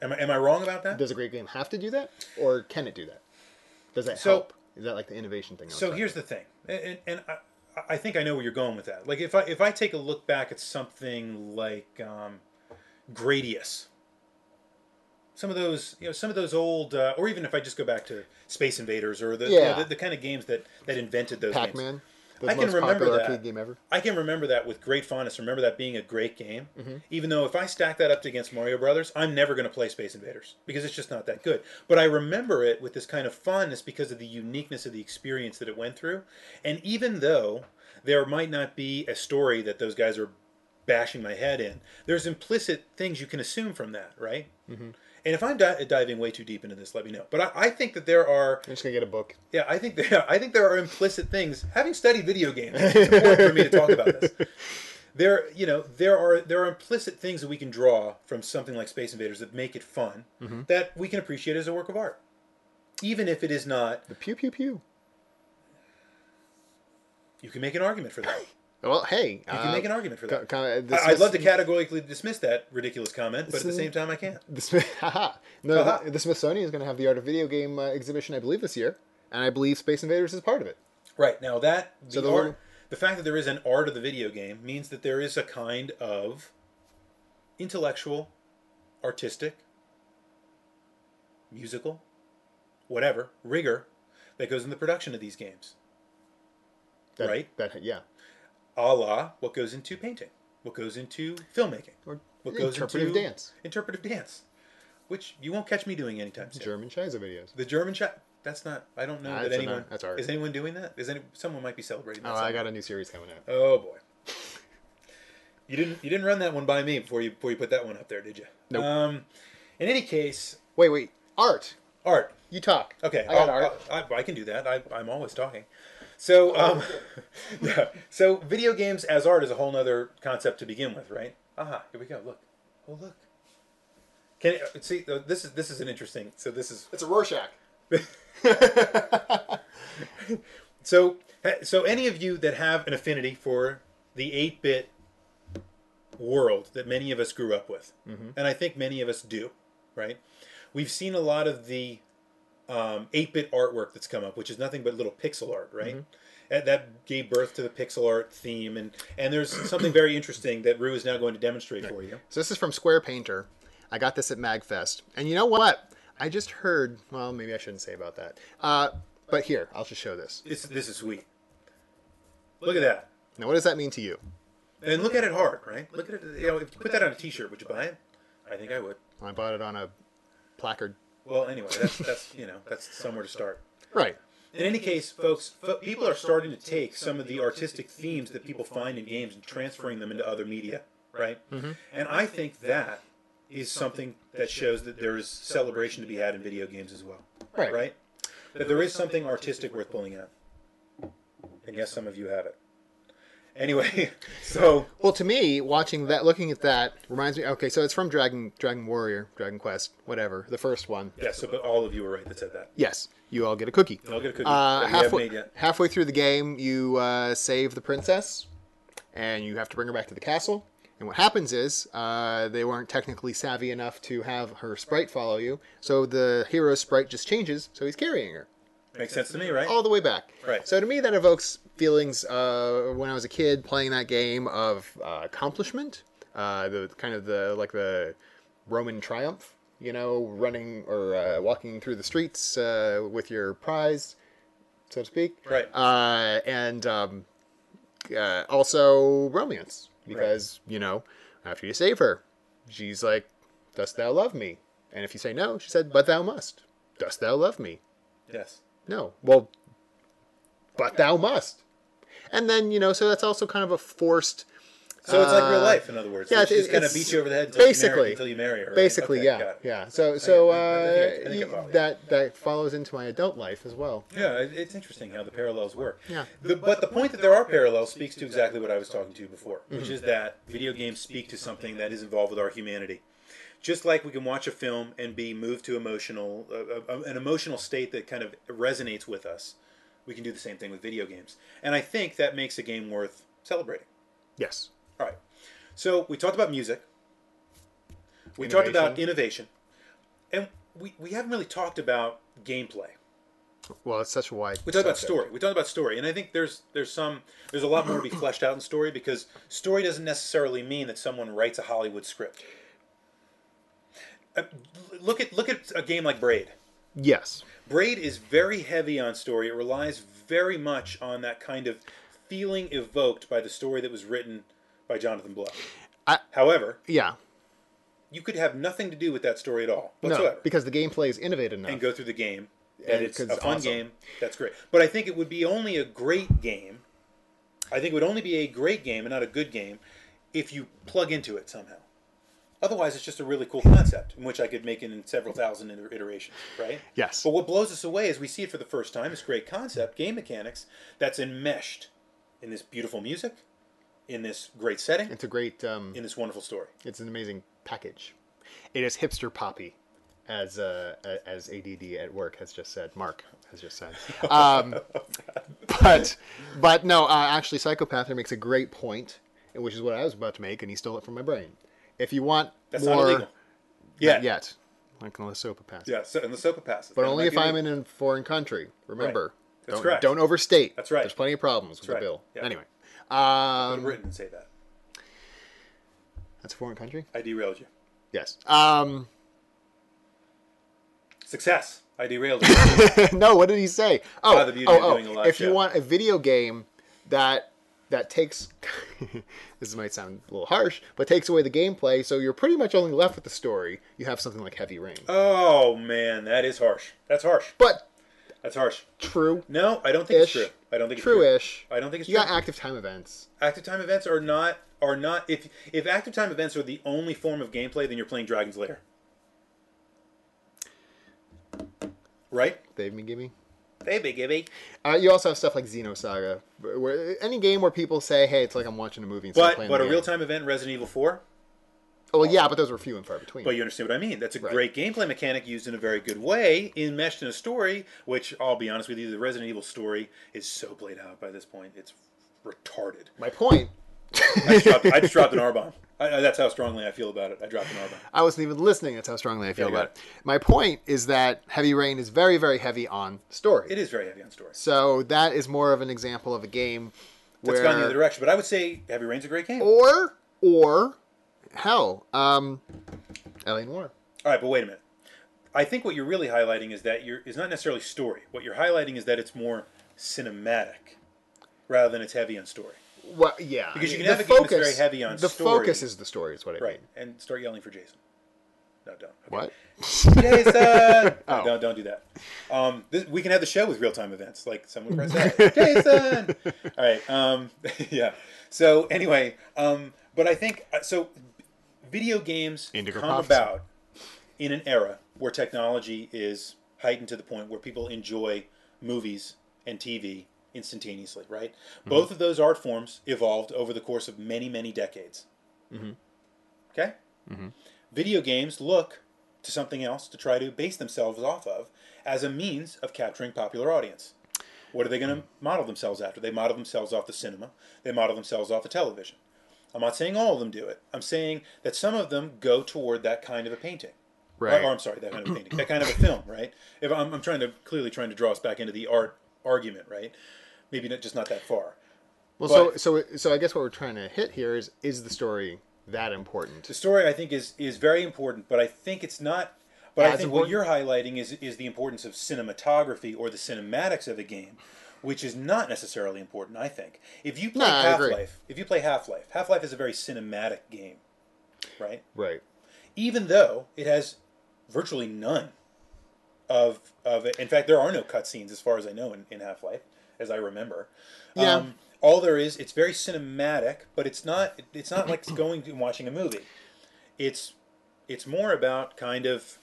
B: Am I, am I wrong about that?
A: does a great game have to do that, or can it do that? Does that
B: So-
A: help? Is that like the innovation thing? I was
B: So
A: talking
B: here's the thing, and, and, and I, I think I know where you're going with that. Like if I if I take a look back at something like um, Gradius, some of those you know some of those old, uh, or even if I just go back to Space Invaders or the you know,
A: Yeah.
B: the, the kind of games that that invented those games.
A: Pac-Man. The
B: I can
A: most
B: remember
A: popular
B: that.
A: arcade game ever.
B: I can remember that with great fondness. Remember that being a great game. Even though if I stack that up against Mario Brothers, I'm never going to play Space Invaders because it's just not that good. But I remember it with this kind of fondness because of the uniqueness of the experience that it went through. And even though there might not be a story that those guys are bashing my head in, there's implicit things you can assume from that, right? Mm-hmm. And if I'm di- diving way too deep into this, let me know. But I, I think that there are
A: I'm just gonna get a book.
B: yeah, I think there, I think there are implicit things. Having studied video games, it's important for me to talk about this. There, you know, there are there are implicit things that we can draw from something like Space Invaders that make it fun, that we can appreciate as a work of art, even if it is not.
A: The pew pew pew.
B: You can make an argument for that. You
A: Well, hey, uh, you
B: can make an argument for that. I,
A: I'd
B: I'd love to categorically dismiss that ridiculous comment, but at the same time, I can't.
A: The, Smith- haha. no,
B: Haha.
A: the, the Smithsonian is going to have the Art of Video Game uh, exhibition, I believe, this year, and I believe Space Invaders is part of it.
B: Right now, that the,
A: the
B: art,
A: little-
B: the fact that there is an art of the video game means that there is a kind of intellectual, artistic, musical, whatever rigor that goes in the production of these games,
A: That,
B: Right.
A: That yeah.
B: a la what goes into painting, what goes into filmmaking,
A: Or
B: what goes
A: interpretive
B: into
A: dance.
B: interpretive dance, which you won't catch me doing anytime soon.
A: German Shiza videos.
B: The German shot. That's not. I don't know
A: Nah,
B: that
A: that's an
B: anyone.
A: art- that's art.
B: Is anyone doing that? Is any? Someone might be celebrating. That
A: Oh,
B: somewhere.
A: I got a new series coming out.
B: Oh boy. You didn't you didn't run that one by me before you before you put that one up there, did you?
A: Nope.
B: Um, in any case,
A: Wait, wait. Art.
B: art.
A: You talk.
B: Okay, Oh,
A: I got
B: I'll-
A: art.
B: I, I, I can do that. I, I'm always talking. So, um, yeah. So, video games as art is a whole nother concept to begin with, right? Aha, here we go. Look. Oh, look. Can uh, see uh, this is this is an interesting. So this is
A: it's a Rorschach.
B: So, so any of you that have an affinity for the 8 bit world that many of us grew up with, and I think many of us do, right? We've seen a lot of the 8 bit artwork that's come up, which is nothing but little pixel art, right? And that gave birth to the pixel art theme, and, and there's something very interesting that Rue is now going to demonstrate for you.
A: So this is from Square Painter. I got this at Magfest, and you know what? I just heard. Well, maybe I shouldn't say about that. Uh, but here, I'll just show this.
B: This this is sweet. Look at that,
A: Now, what does that mean to you?
B: and look at it hard, right? Look at it. You know, if you put that on a T-shirt, would you buy it? I think I would.
A: I bought it on a placard.
B: Well, anyway, that's that's you know that's somewhere to start.
A: Right.
B: In any case, folks, fo- people are starting to take some of the artistic themes that people find in games and transferring them into other media, right?
A: Mm-hmm.
B: And I think that is something that shows that there is celebration to be had in video games as well,
A: Right.
B: right? That there is something artistic worth pulling out. And yes, some of you have it. Anyway, so
A: Well, to me, watching that, looking at that, reminds me. Okay, so it's from Dragon, Dragon Warrior, Dragon Quest, whatever, the first one.
B: yeah, so but all of you were right that said that.
A: Yes, you all get a cookie.
B: I'll get a cookie
A: Uh,
B: that we haven't
A: halfway,
B: made yet.
A: halfway through the game, you uh, save the princess, and you have to bring her back to the castle. And what happens is uh, they weren't technically savvy enough to have her sprite follow you, so the hero's sprite just changes, so he's carrying her
B: Makes sense to me, right?
A: all the way back.
B: Right.
A: So to me, that evokes feelings uh, when I was a kid playing that game of uh, accomplishment, uh, the kind of the like the Roman triumph, you know, running or uh, walking through the streets uh, with your prize, so to speak.
B: Right.
A: Uh, and um, uh, also romance because you know after you save her, she's like, "Dost thou love me?" And if you say no, she said, "But thou must." Dost thou love me?
B: Yes.
A: No. Well, but thou must. And then, you know, so that's also kind of a forced.
B: So it's like real life, in other words.
A: Uh, yeah,
B: Yeah,
A: it-
B: she's gonna
A: it's-
B: beat you over the head until you
A: basically-
B: marry, until you marry her. right?
A: Basically,
B: Okay,
A: yeah,
B: got it.
A: yeah. So, so
B: I- I
A: uh,
B: think I- I think I
A: you-
B: follow you.
A: that that follows into my adult life as well.
B: Yeah, it- it's interesting how the parallels work.
A: Yeah.
B: The, but the point that there are parallels speaks to exactly what I was talking to before, which
A: Mm-hmm.
B: is that video games speak to something that is involved with our humanity. Just like we can watch a film and be moved to emotional, uh, uh, an emotional state that kind of resonates with us, we can do the same thing with video games. And I think that makes a game worth celebrating.
A: Yes.
B: All right. So we talked about music. We talked about
A: Innovation.
B: innovation. And we, we haven't really talked about gameplay.
A: Well, it's such a wide.
B: We talked about
A: subject.
B: story. We talked about story, and I think there's there's some there's a lot more to be fleshed out in story because story doesn't necessarily mean that someone writes a Hollywood script. Uh, l- look at look at a game like Braid.
A: Yes.
B: Braid is very heavy on story. It relies very much on that kind of feeling evoked by the story that was written by Jonathan Blow.
A: I-
B: However,
A: Yeah.
B: you could have nothing to do with that story at all
A: No,
B: whatsoever
A: because the gameplay is innovative enough.
B: and go through the game.
A: And
B: And it's a
A: 'cause
B: fun
A: it's awesome.
B: game. That's great. But I think it would be only a great game. I think it would only be a great game and not a good game if you plug into it somehow. Otherwise, it's just a really cool concept in which I could make it in several thousand iter- iterations, right?
A: Yes.
B: But what blows us away is we see it for the first time. It's great concept, game mechanics that's enmeshed in this beautiful music, in this great setting,
A: It's a great. Um,
B: in this wonderful story.
A: it's an amazing package. It is hipster poppy, as uh, a- as ADD at work has just said. Mark has just said. Um, but but no, uh, actually, Psychopather makes a great point, which is what I was about to make, and he stole it from my brain. If you want
B: That's
A: more,
B: not illegal. Yeah.
A: not yet, like on the Sopapath.
B: Yeah. So, and the SOPA passes.
A: But only if I'm in a foreign country. Remember,
B: That's
A: don't,
B: correct.
A: don't overstate.
B: That's right.
A: There's plenty of problems with
B: right.
A: the bill.
B: Yeah.
A: Anyway, um,
B: Britain and say that.
A: that's a foreign country.
B: I derailed you.
A: Yes. Um,
B: Success. I derailed it.
A: no, what did he say? Oh,
B: Ah, the beauty
A: oh,
B: of
A: oh,
B: doing a live
A: if you
B: show.
A: want a video game that that takes this might sound a little harsh, but takes away the gameplay, so you're pretty much only left with the story. You have something like Heavy Rain,
B: oh man, that is harsh. That's harsh.
A: but
B: That's harsh.
A: true,
B: No, I don't think
A: ish,
B: it's true. I don't think it's true.
A: true-ish.
B: I don't think it's
A: You got
B: true.
A: active time events.
B: Active time events are not are not if if active time events are the only form of gameplay, then you're playing Dragon's Lair. Right?
A: They've been giving.
B: Baby Gibby.
A: Uh, you also have stuff like Xenosaga, where any game where people say, "Hey, it's like I'm watching a movie." instead of
B: But
A: playing
B: but
A: the
B: a
A: game."
B: real time event in Resident Evil 4?
A: Well, yeah, but those were few and far between.
B: But you understand what I mean. That's a great gameplay mechanic used in a very good way, enmeshed in a story, which I'll be honest with you, the Resident Evil story is so played out by this point. It's retarded.
A: My point.
B: I just dropped, I just dropped an R bomb. That's how strongly I feel about it. I dropped an R bomb.
A: I wasn't even listening. That's how strongly I feel
B: you
A: about
B: got
A: it. My point is that Heavy Rain is very, very heavy on story.
B: It is very heavy on story.
A: So that is more of an example of a game where
B: It's gone the other direction, but I would say Heavy Rain's a great
A: Oh.
B: game. All
A: or or hell, um, L.A. Noir.
B: right, but wait a minute. I think what you're really highlighting is that you're is not necessarily story. What you're highlighting is that it's more cinematic rather than it's heavy on story.
A: Well, yeah, I
B: Because you
A: mean,
B: can have a game that's very heavy on
A: the
B: story.
A: focus is the story. Is what I mean.
B: Right. And start yelling for Jason. No, don't. Okay.
A: What?
B: Jason! No,
A: Oh.
B: Don't don't do that. Um, this, we can have the show with real time events, like someone press that. Jason. All right. Um, yeah. So anyway, um, but I think uh, so. Video games
A: Indigo
B: come
A: Pops.
B: about in an era where technology is heightened to the point where people enjoy movies and TV instantaneously. Right.
A: Mm-hmm.
B: Both of those art forms evolved over the course of many many decades.
A: Mm-hmm.
B: Okay? Video games look to something else to try to base themselves off of as a means of capturing popular audience. What are they going to model themselves after? They model themselves off the cinema, they model themselves off the television. I'm not saying all of them do it. I'm saying that some of them go toward that kind of a painting. Or-
A: Right.
B: Or, I'm sorry, that kind of a painting, that kind of a film, right? If I'm, I'm trying to clearly trying to draw us back into the art argument, right? Maybe not, just not that far.
A: Well,
B: But-
A: so so so I guess what we're trying to hit here is is the story that important?
B: The story I think is is very important, but I think it's not. But I
A: As
B: think what
A: important?
B: you're highlighting is is the importance of cinematography or the cinematics of a game, which is not necessarily important. I think if you play
A: No, I
B: Half
A: agree.
B: Life, if you play Half Life, Half Life is a very cinematic game, right?
A: Right.
B: Even though it has virtually none of of it. In fact, there are no cutscenes as far as I know in, in Half Life, as I remember. Um,
A: Yeah.
B: all there is, it's very cinematic, but it's not. It's not like going and watching a movie. It's it's more about kind of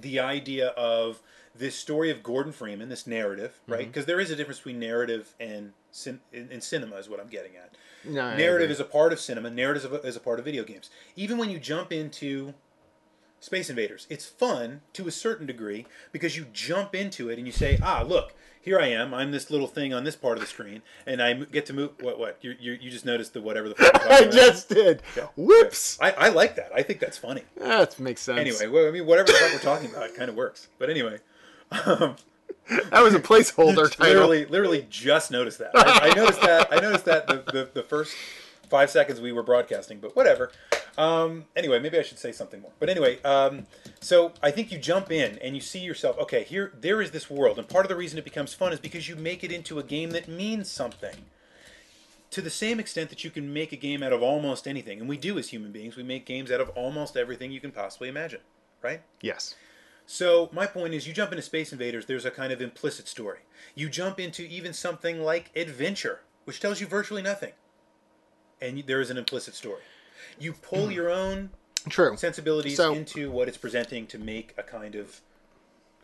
B: the idea of this story of Gordon Freeman, this narrative, right? Because is a difference between narrative and cin- in, in cinema, is what I'm getting at.
A: No, I
B: narrative
A: agree.
B: is a part of cinema. Narrative is a, is a part of video games. Even when you jump into Space Invaders. It's fun to a certain degree because you jump into it and you say, "Ah, look, here I am. I'm this little thing on this part of the screen, and I m- get to move." What? What? You you, you just noticed the whatever the. Fuck I'm
A: I
B: talking about.
A: just did. Whoops.
B: I, I like that. I think that's funny.
A: That makes sense.
B: Anyway, well, I mean, whatever the fuck we're talking about, it kind of works. But anyway,
A: that was a placeholder title.
B: literally, literally just noticed that. I, I noticed that. I noticed that the, the, the first five seconds we were broadcasting, but whatever. Um, anyway, maybe I should say something more. But anyway, um, so I think you jump in and you see yourself. Okay, here there is this world, and part of the reason it becomes fun is because you make it into a game that means something. To the same extent that you can make a game out of almost anything, and we do as human beings, we make games out of almost everything you can possibly imagine, right?
A: Yes.
B: So my point is, you jump into Space Invaders, there's a kind of implicit story. You jump into even something like Adventure, which tells you virtually nothing, and you- there is an implicit story. You pull your own
A: True.
B: sensibilities
A: Hmm. So-
B: into what it's presenting to make a kind of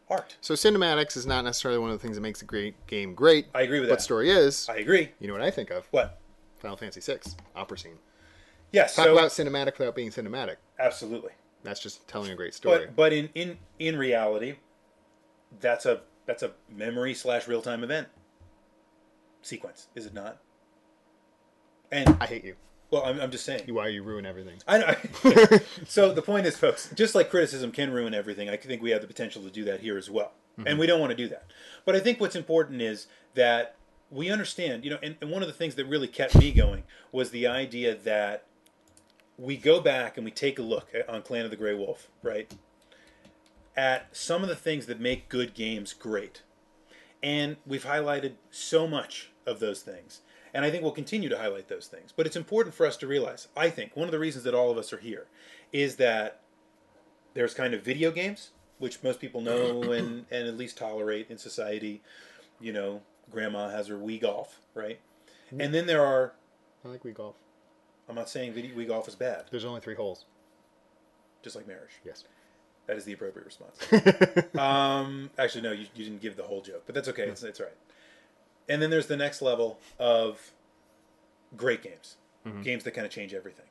B: art.
A: So cinematics is not necessarily one of the things that makes a great game great.
B: I agree with
A: But
B: that.
A: story is.
B: I agree.
A: you know what I think of?
B: What?
A: Final Fantasy VI opera scene.
B: Yes.
A: Talk
B: so
A: about cinematic without being cinematic.
B: absolutely.
A: That's just telling a great story.
B: But but in in in reality, that's a that's a memory slash real time event sequence, is it not? And
A: I hate you.
B: well, I'm, I'm just saying.
A: Why you ruin everything?
B: I know. so the point is, folks, just like criticism can ruin everything, I think we have the potential to do that here as well, and we don't want to do that. But I think what's important is that we understand, you know, and, and one of the things that really kept me going was the idea that we go back and we take a look at, on Clan of the Grey Wolf, right, at some of the things that make good games great, and we've highlighted so much of those things. And I think we'll continue to highlight those things. But it's important for us to realize, I think, one of the reasons that all of us are here is that there's kind of video games, which most people know and, and at least tolerate in society. You know, grandma has her Wii Golf, right? And then there are,
A: I like we golf.
B: I'm not saying video, Wii Golf is bad,
A: There's only three holes.
B: just like marriage.
A: Yes.
B: That is the appropriate response. um, actually, no, you, you didn't give the whole joke, but that's okay. It's, it's all right. And then there's the next level of great games, games that kind of change everything.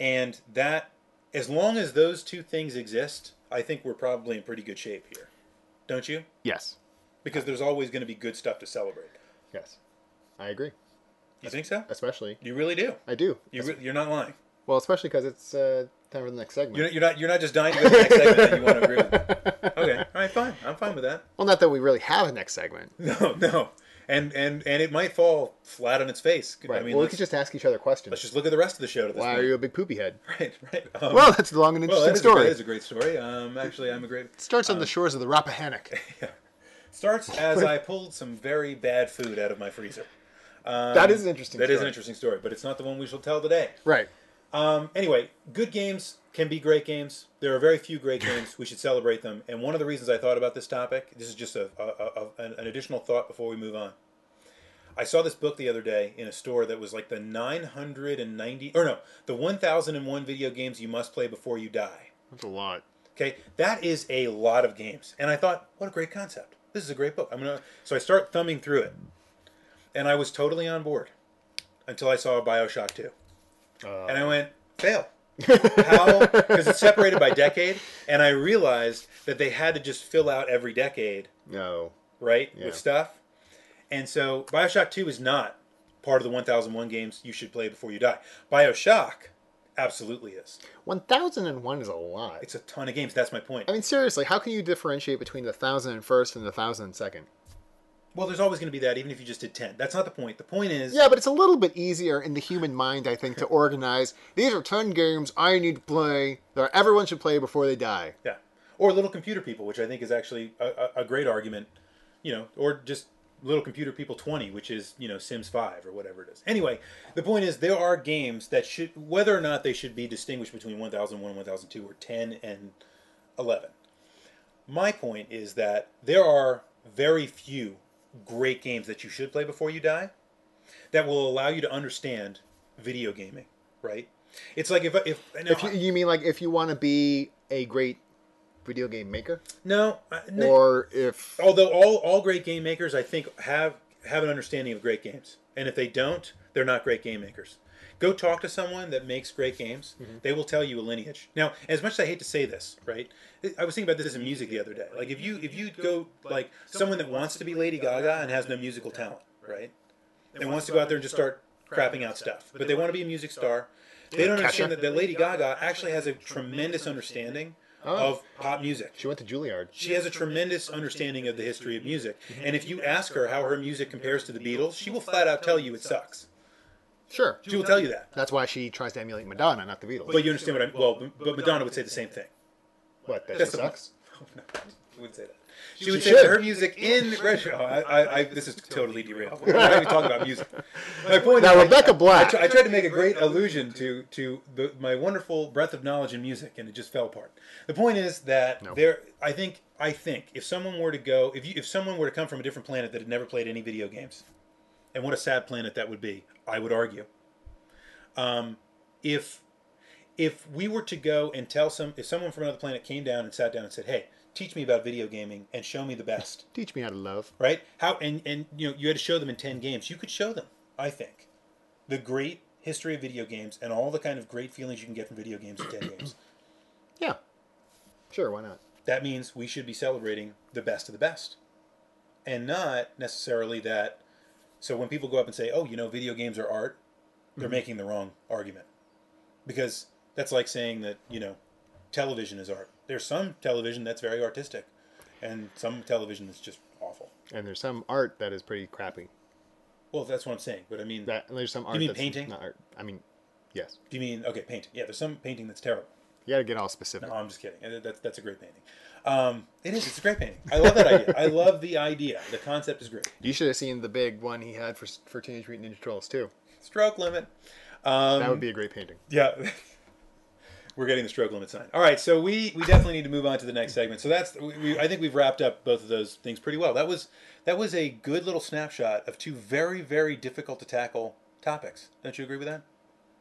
B: And that, as long as those two things exist, I think we're probably in pretty good shape here, don't you?
A: Yes.
B: Because there's always going to be good stuff to celebrate.
A: Yes. I agree.
B: You think so?
A: Especially.
B: You really do.
A: I do.
B: You re- you're not lying.
A: Well, especially because it's uh, time for the next segment.
B: You're, you're not. You're not just dying to go to the next segment that you want to agree with. Okay. All right. Fine. I'm fine with that.
A: Well, not that we really have a next segment.
B: No, no. and and and it might fall flat on its face.
A: Right.
B: I mean,
A: well, we
B: let's,
A: could just ask each other questions.
B: let's just look at the rest of the show to this
A: Why are
B: point.
A: you a big poopy head?
B: Right, right. Um,
A: Well, that's a long and
B: well,
A: interesting story.
B: that is, A, Um, that is a great story. Um, actually, I'm a great.
A: It starts on the shores of the Rappahannock.
B: Starts as I pulled some very bad food out of my freezer.
A: that is an interesting.
B: Um, That
A: story.
B: is an interesting story, but it's not the one we shall tell today.
A: Right.
B: Um, anyway, good games can be great games. There are very few great games. We should celebrate them. And one of the reasons I thought about this topic, this is just a, a, a, an- an additional thought before we move on. I saw this book the other day in a store that was like the 990, or no, the 1001 video games you must play before you die.
A: That's a lot.
B: Okay, that is a lot of games, and I thought, what a great concept! This is a great book. I'm gonna. So I start thumbing through it, and I was totally on board until I saw Bioshock Two, and I went fail. How? Because it's separated by decade, and I realized that they had to just fill out every decade,
A: No.
B: right,
A: Yeah.
B: with stuff. And so Bioshock Two is not part of the 1001 games you should play before you die. Bioshock absolutely is.
A: One thousand and one is a lot.
B: It's a ton of games. That's my point.
A: I mean, seriously, how can you differentiate between the thousand and first and the thousand and second?
B: Well, there's always going to be that, even if you just did 10. That's not the point. The point is,
A: Yeah, but it's a little bit easier in the human mind, I think, to organize. These are ten games I need to play that everyone should play before they die.
B: yeah. Or little computer people, which I think is actually a, a, a great argument, you know, or just little computer people 20, which is, you know, Sims 5 or whatever it is. Anyway, the point is, there are games that should, whether or not they should be distinguished between 1001 and 1002 or 10 and 11. My point is that there are very few great games that you should play before you die that will allow you to understand video gaming, right? It's like if, if, and
A: If you, you mean like if you want to be a great video game maker,
B: No, I- no.
A: or if
B: although all all great game makers, I think have have an understanding of great games, and if they don't, they're not great game makers. Go talk to someone that makes great games; they will tell you a lineage. Now, as much as I hate to say this, right? I was thinking about this in music the other day. Like if you if you go like someone that wants to be Lady Gaga and has no musical talent, right? And wants to go out there and just start crapping out stuff, but they want to be a music star. They don't understand that, that Lady Gaga actually has a tremendous understanding of pop music
A: she went to Juilliard,
B: she has a tremendous understanding of the history of music. And if you ask her how her music compares to the Beatles, she will flat out tell you it sucks.
A: sure,
B: She will tell you that.
A: that's why she tries to emulate Madonna, not the Beatles.
B: But you understand what I'm. Well, but Madonna would say the same thing.
A: what that
B: That's
A: shit
B: the-
A: sucks.
B: She would say that. She would
A: She
B: say that
A: should.
B: her music in retro. I, I, I, this is totally derailed. We're not even talking about music. My point
A: Now
B: is, I-
A: Rebecca
B: I,
A: Black,
B: tr- I tried to make a great allusion to to the, my wonderful breadth of knowledge in music, and it just fell apart. The point is that there, I think, I think if someone were to go, if you, if someone were to come from a different planet that had never played any video games, and what a sad planet that would be, I would argue. Um, if if we were to go and tell some, if someone from another planet came down and sat down and said, "Hey, teach me about video gaming and show me the best,"
A: teach me how to love.
B: right? How and and you know you had to show them in ten games. You could show them, I think, the great history of video games and all the kind of great feelings you can get from video games in ten games.
A: Yeah, sure, why not?
B: That means we should be celebrating the best of the best, and not necessarily that. So when people go up and say, "Oh, you know, video games are art," they're making the wrong argument, because that's like saying that you know, television is art. There's some television that's very artistic, and some television that's just awful.
A: And there's some art that is pretty crappy.
B: Well, that's what I'm saying. But I mean,
A: That and there's some art.
B: mean
A: that's
B: painting?
A: Not art. I mean, yes.
B: Do you mean okay painting? Yeah, there's some painting that's terrible.
A: You got to get all specific.
B: No, I'm just kidding. Uh, That's that's a great painting. Um, it is. It's a great painting. I love that idea. I love the idea. The concept is great.
A: You should have seen the big one he had for for Teenage Mutant Ninja Turtles too.
B: Stroke limit.
A: That
B: Um,
A: would be a great painting.
B: yeah. We're getting the stroke limit sign. All right, so we, we definitely need to move on to the next segment. So that's we, we, I think we've wrapped up both of those things pretty well. That was that was a good little snapshot of two very very difficult to tackle topics. Don't you agree with that?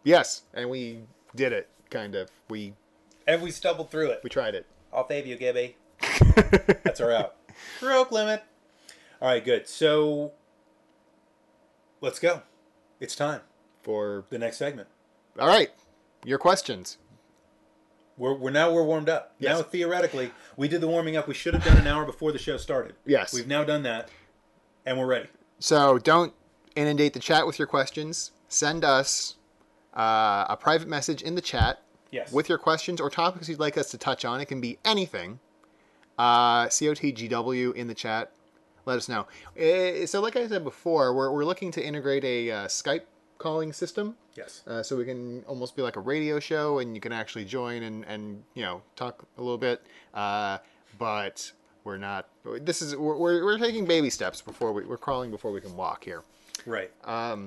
A: Yes, and we did it. Kind of. We
B: And we stumbled through it.
A: we tried it.
B: I'll save you, Gibby. That's our out. Stroke limit. All right, good. So let's go. It's time.
A: For
B: The next segment.
A: all right, your questions.
B: We're, we're now we're warmed up.
A: Yes.
B: Now theoretically, we did the warming up. We should have done an hour before the show started.
A: Yes.
B: We've now done that, and we're ready.
A: So don't inundate the chat with your questions. Send us uh, a private message in the chat
B: Yes.
A: with your questions or topics you'd like us to touch on. It can be anything. Uh, COTGW in the chat. let us know. Eh, So, like I said before, we're, we're looking to integrate a uh, Skype calling system.
B: Yes.
A: Uh, so we can almost be like a radio show, and you can actually join and, and you know talk a little bit. Uh, but we're not. This is we're, we're we're taking baby steps before we we're crawling before we can walk here.
B: Right.
A: Uh,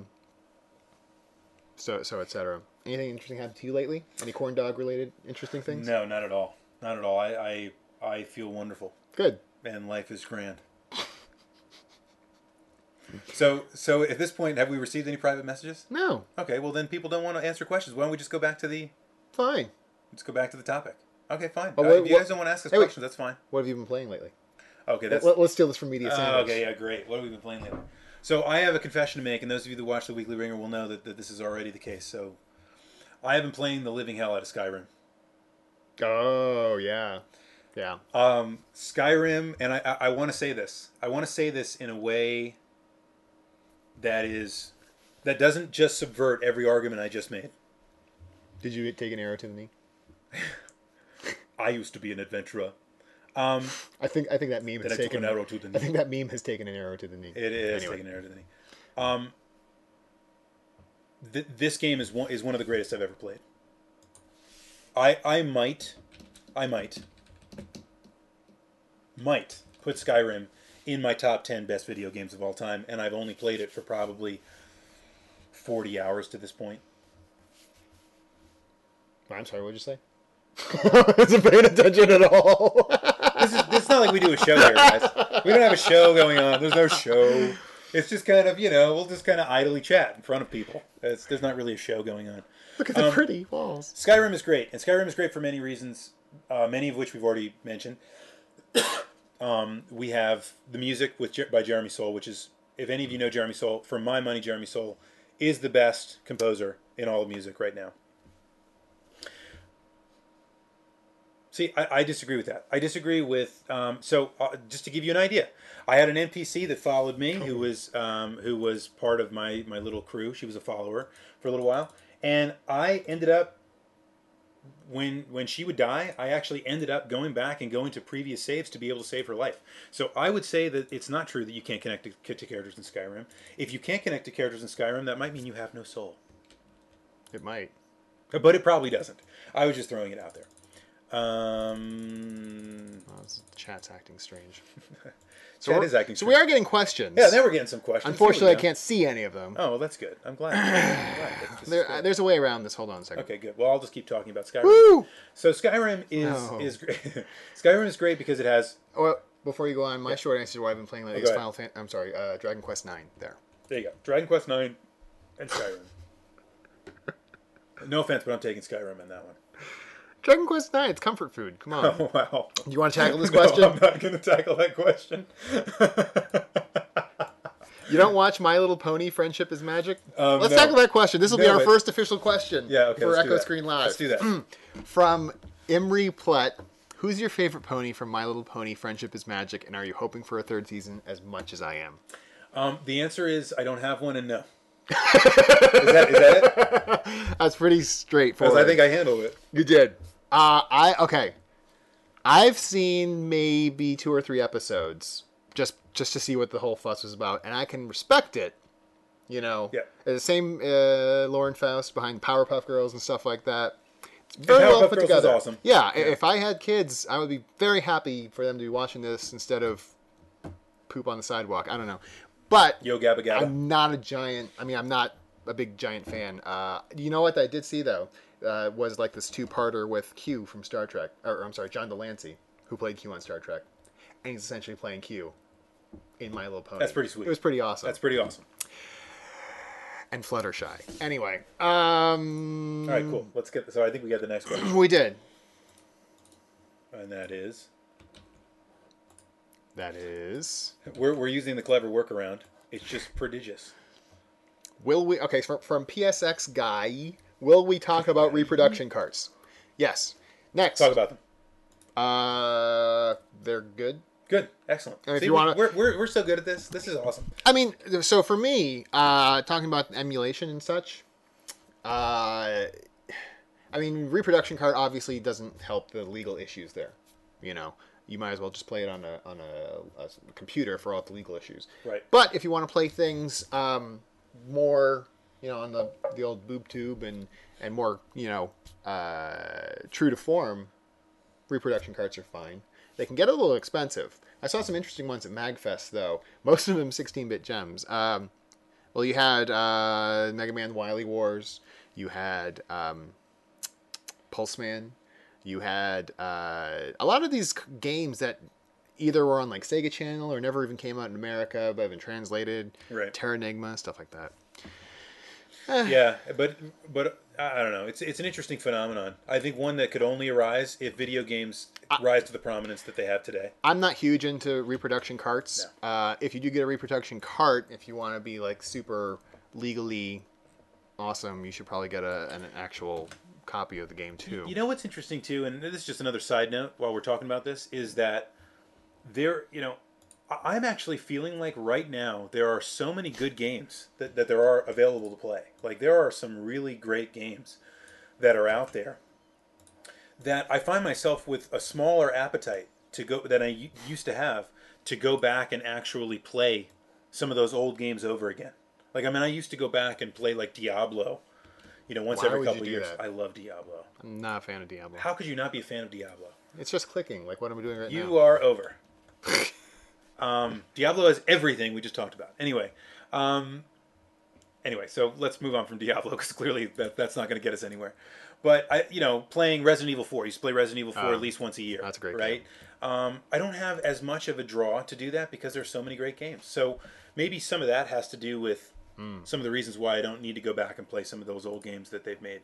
A: So so etc. Anything interesting happened to you lately? Any corn dog related interesting things?
B: no, not at all. Not at all. I, I I feel wonderful,
A: Good.
B: and life is grand. So so at this point, have we received any private messages?
A: No.
B: Okay. Well, then people don't want to answer questions. Why don't we just go back to the
A: Fine.
B: let's go back to the topic? Okay, fine.
A: Oh,
B: Uh,
A: wait,
B: if you
A: what-
B: guys don't want to ask us
A: hey, wait.
B: questions, that's fine.
A: What have you been playing lately?
B: Okay,
A: Let,
B: that's
A: let, us steal this from media.
B: Oh,
A: Sandwich.
B: okay, yeah, great. What have we been playing lately? So I have a confession to make, and those of you that watch the Weekly Ringer will know that, that this is already the case. So I have been playing the living hell out of Skyrim.
A: Oh yeah, yeah.
B: Um, Skyrim, and I, I, I want to say this. I want to say this in a way that is that doesn't just subvert every argument I just made.
A: Did you take an arrow to the knee?
B: I used to be an adventurer. Um,
A: I think I think that meme
B: then I
A: has
B: took
A: taken.
B: an arrow to the
A: I
B: knee.
A: think that meme has taken an arrow to the knee.
B: It is
A: Anyway.
B: taking an arrow to the knee. Um, th- this game is one is one of the greatest I've ever played. I I might, I might, might put Skyrim in my top ten best video games of all time, and I've only played it for probably forty hours to this point.
A: I'm sorry. What did you say? I wasn't paying attention at all.
B: This is it's not like we do a show here, guys. We don't have a show going on. There's no show. It's just kind of you know we'll just kind of idly chat in front of people. It's, there's not really a show going on.
A: Look
B: Um,
A: at the pretty walls.
B: Skyrim is great, and Skyrim is great for many reasons, uh, many of which we've already mentioned. um, we have the music with Jer- by Jeremy Soule, which is, if any of you know Jeremy Soule, for my money, Jeremy Soule is the best composer in all of music right now. See, I, I disagree with that. I disagree with. Um, so, uh, just to give you an idea, I had an NPC that followed me, who was um, who was part of my my little crew. She was a follower for a little while, and I ended up when when she would die, I actually ended up going back and going to previous saves to be able to save her life. So I would say that it's not true that you can't connect to, to characters in Skyrim. If you can't connect to characters in Skyrim, that might mean you have no soul. Uh,
A: It might.
B: But it probably doesn't. I was just throwing it out there. Um,
A: Oh, this chat's acting strange. so
B: Chad
A: we're-
B: is acting.
A: So we are getting questions.
B: yeah, now we're getting some questions.
A: Unfortunately, I
B: Here we go.
A: can't see any of them.
B: Oh, well, that's good. I'm glad. I'm glad. That's- this is
A: There,
B: good.
A: uh, there's a way around this. Hold on a second.
B: Okay, good. Well, I'll just keep talking about Skyrim.
A: Woo!
B: So Skyrim is
A: Oh.
B: is great. Skyrim is great because it has.
A: Well, Oh, before you go on, my short answer to why I've been playing lately is
B: Oh, go ahead.
A: Final Fan- I'm sorry, uh, Dragon Quest Nine. There.
B: There you go. Dragon Quest Nine and Skyrim. no offense, but I'm taking Skyrim in that one.
A: Dragon Quest Nine. It's comfort food. Come on.
B: Oh wow.
A: Do you want to tackle this
B: No,
A: question?
B: I'm not going to tackle that question.
A: You don't watch My Little Pony: Friendship is Magic?
B: Um,
A: let's
B: no.
A: tackle that question. This will be
B: No,
A: our
B: but-
A: first official question
B: Yeah. Okay.
A: for
B: let's do
A: Echo
B: that.
A: Screen Live. Hmm.
B: Let's do that.
A: From Imri Plett, who's your favorite pony from My Little Pony: Friendship is Magic, and are you hoping for a third season as much as I am?
B: Um, the answer is I don't have one, and no. is, that, is that it?
A: That's pretty
B: Because
A: straightforward.
B: I think I handled it.
A: you did. Uh, I okay. I've seen maybe two or three episodes just just to see what the whole fuss was about, and I can respect it. You know,
B: Yeah.
A: the same uh, Lauren Faust behind Powerpuff Girls and stuff like that. It's
B: And
A: very well put
B: Powerpuff Girls is
A: together.
B: awesome.
A: Yeah, i- if I had kids, I would be very happy for them to be watching this instead of poop on the sidewalk. I don't know, but
B: Yo Gabba Gabba.
A: I'm not a giant. I mean, I'm not a big giant fan. Uh, you know what I did see though uh, was like this two-parter with Q from Star Trek, or I'm sorry, John DeLancey, who played Q on Star Trek, and he's essentially playing Q in My Little Pony.
B: That's pretty sweet.
A: It was pretty awesome.
B: That's pretty awesome.
A: and Fluttershy. Anyway, um,
B: All right, cool. Let's get. So I think we got the next one,
A: we did.
B: and that is
A: That is.
B: we're we're using the clever workaround. It's just prodigious.
A: Will we? Okay, from, from PSX guy. Will we talk about reproduction carts? Yes. Next.
B: Talk about them.
A: Uh, they're good.
B: Good, excellent.
A: And if
B: See,
A: you
B: we-
A: wanna-
B: we're, we're we're so good at this. This is awesome.
A: I mean, so for me, uh, talking about emulation and such, uh, I mean, reproduction card obviously doesn't help the legal issues there. You know, you might as well just play it on a on a, a computer for all the legal issues.
B: Right.
A: But if you want to play things um, more, you know, on the the old boob tube and and more, you know, uh, true to form, reproduction carts are fine. They can get a little expensive. I saw some interesting ones at Magfest though. Most of them 16-bit gems. Um, well, you had uh, Mega Man Wily Wars. You had um, Pulseman. You had uh, a lot of these c- games that either were on like Sega Channel or never even came out in America, but have been translated.
B: Right.
A: Terranigma, stuff like that.
B: yeah, but but I I don't know. It's it's an interesting phenomenon. I think one that could only arise if video games rise to the prominence that they have today.
A: I'm not huge into reproduction carts. Uh, if you do get a reproduction cart, if you want to be like super legally awesome, you should probably get a, an actual copy of the game too.
B: You know what's interesting too, and this is just another side note while we're talking about this, is that there, you know, I- I'm actually feeling like right now there are so many good games that, that there are available to play. Like there are some really great games that are out there that I find myself with a smaller appetite to go that I u- used to have to go back and actually play some of those old games over again. Like I mean, I used to go back and play like Diablo, you know, once
A: Why
B: every
A: would you
B: couple
A: do
B: years.
A: that?
B: I love Diablo.
A: I'm not a fan of Diablo.
B: How could you not be a fan of Diablo?
A: It's just clicking. Like what am I doing right now?
B: You are over. um, Diablo has everything we just talked about. Anyway, um, anyway, so let's move on from Diablo because clearly that, that's not going to get us anywhere. But I, you know, playing Resident Evil Four, you used to play Resident Evil Four
A: Oh,
B: at least once a year.
A: that's a great
B: right? Um, I don't have as much of a draw to do that because there's so many great games. So maybe some of that has to do with
A: Hmm.
B: some of the reasons why I don't need to go back and play some of those old games that they've made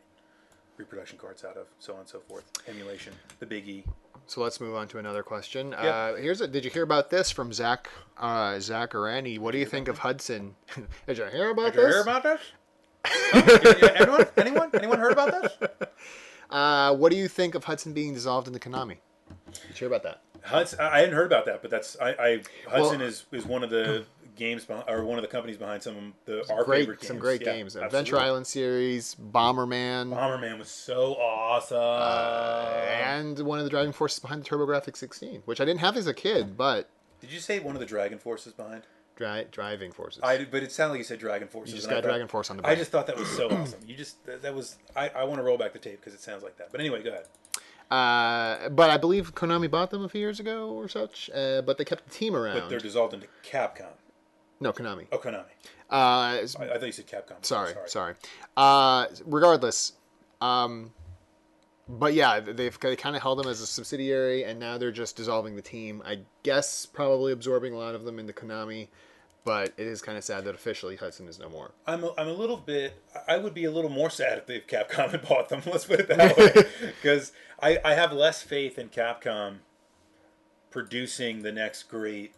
B: reproduction cards out of, so on and so forth. Emulation, the big E.
A: So let's move on to another question.
B: Yeah.
A: Uh, here's a. Did you hear about this from Zach uh, Zach Arani? What do you think of Hudson? did you hear about
B: Did you
A: this?
B: hear about this? Huh? Oh, Did- yeah, anyone? Anyone? Anyone heard about this?
A: uh, what do you think of Hudson being dissolved into Konami? Did you hear about that?
B: Hudson, I I hadn't heard about that, but that's I. I Hudson
A: Well-
B: is is one of the games behind, or one of the companies behind some of the our
A: great,
B: favorite games.
A: some great
B: Yeah,
A: games.
B: absolutely.
A: Adventure Island series, Bomberman,
B: Bomberman was so awesome.
A: and one of the driving forces behind the TurboGrafx 16, which I didn't have as a kid, but
B: Did you say one of the Dragon Forces behind?
A: dri- driving forces.
B: I but it sounded like you said Dragon Forces.
A: you just
B: and I
A: got
B: thought-
A: Dragon Force on the
B: I
A: back.
B: just thought that was so awesome. You just that, that was I, I want to roll back the tape because it sounds like that. But anyway, go ahead.
A: uh, but I believe Konami bought them a few years ago or such. Uh, but they kept the team around.
B: They're dissolved into Capcom.
A: no, Konami.
B: Oh, Konami.
A: Uh, s-
B: I, I thought you said Capcom.
A: sorry, sorry. Uh, regardless, um, but yeah, they've they kind of held them as a subsidiary, and now they're just dissolving the team. I guess probably absorbing a lot of them into Konami, but it is kind of sad that officially Hudson is no more.
B: I'm a, I'm a little bit. I would be a little more sad if they Capcom had bought them. Let's put it that way, because I, I have less faith in Capcom producing the next great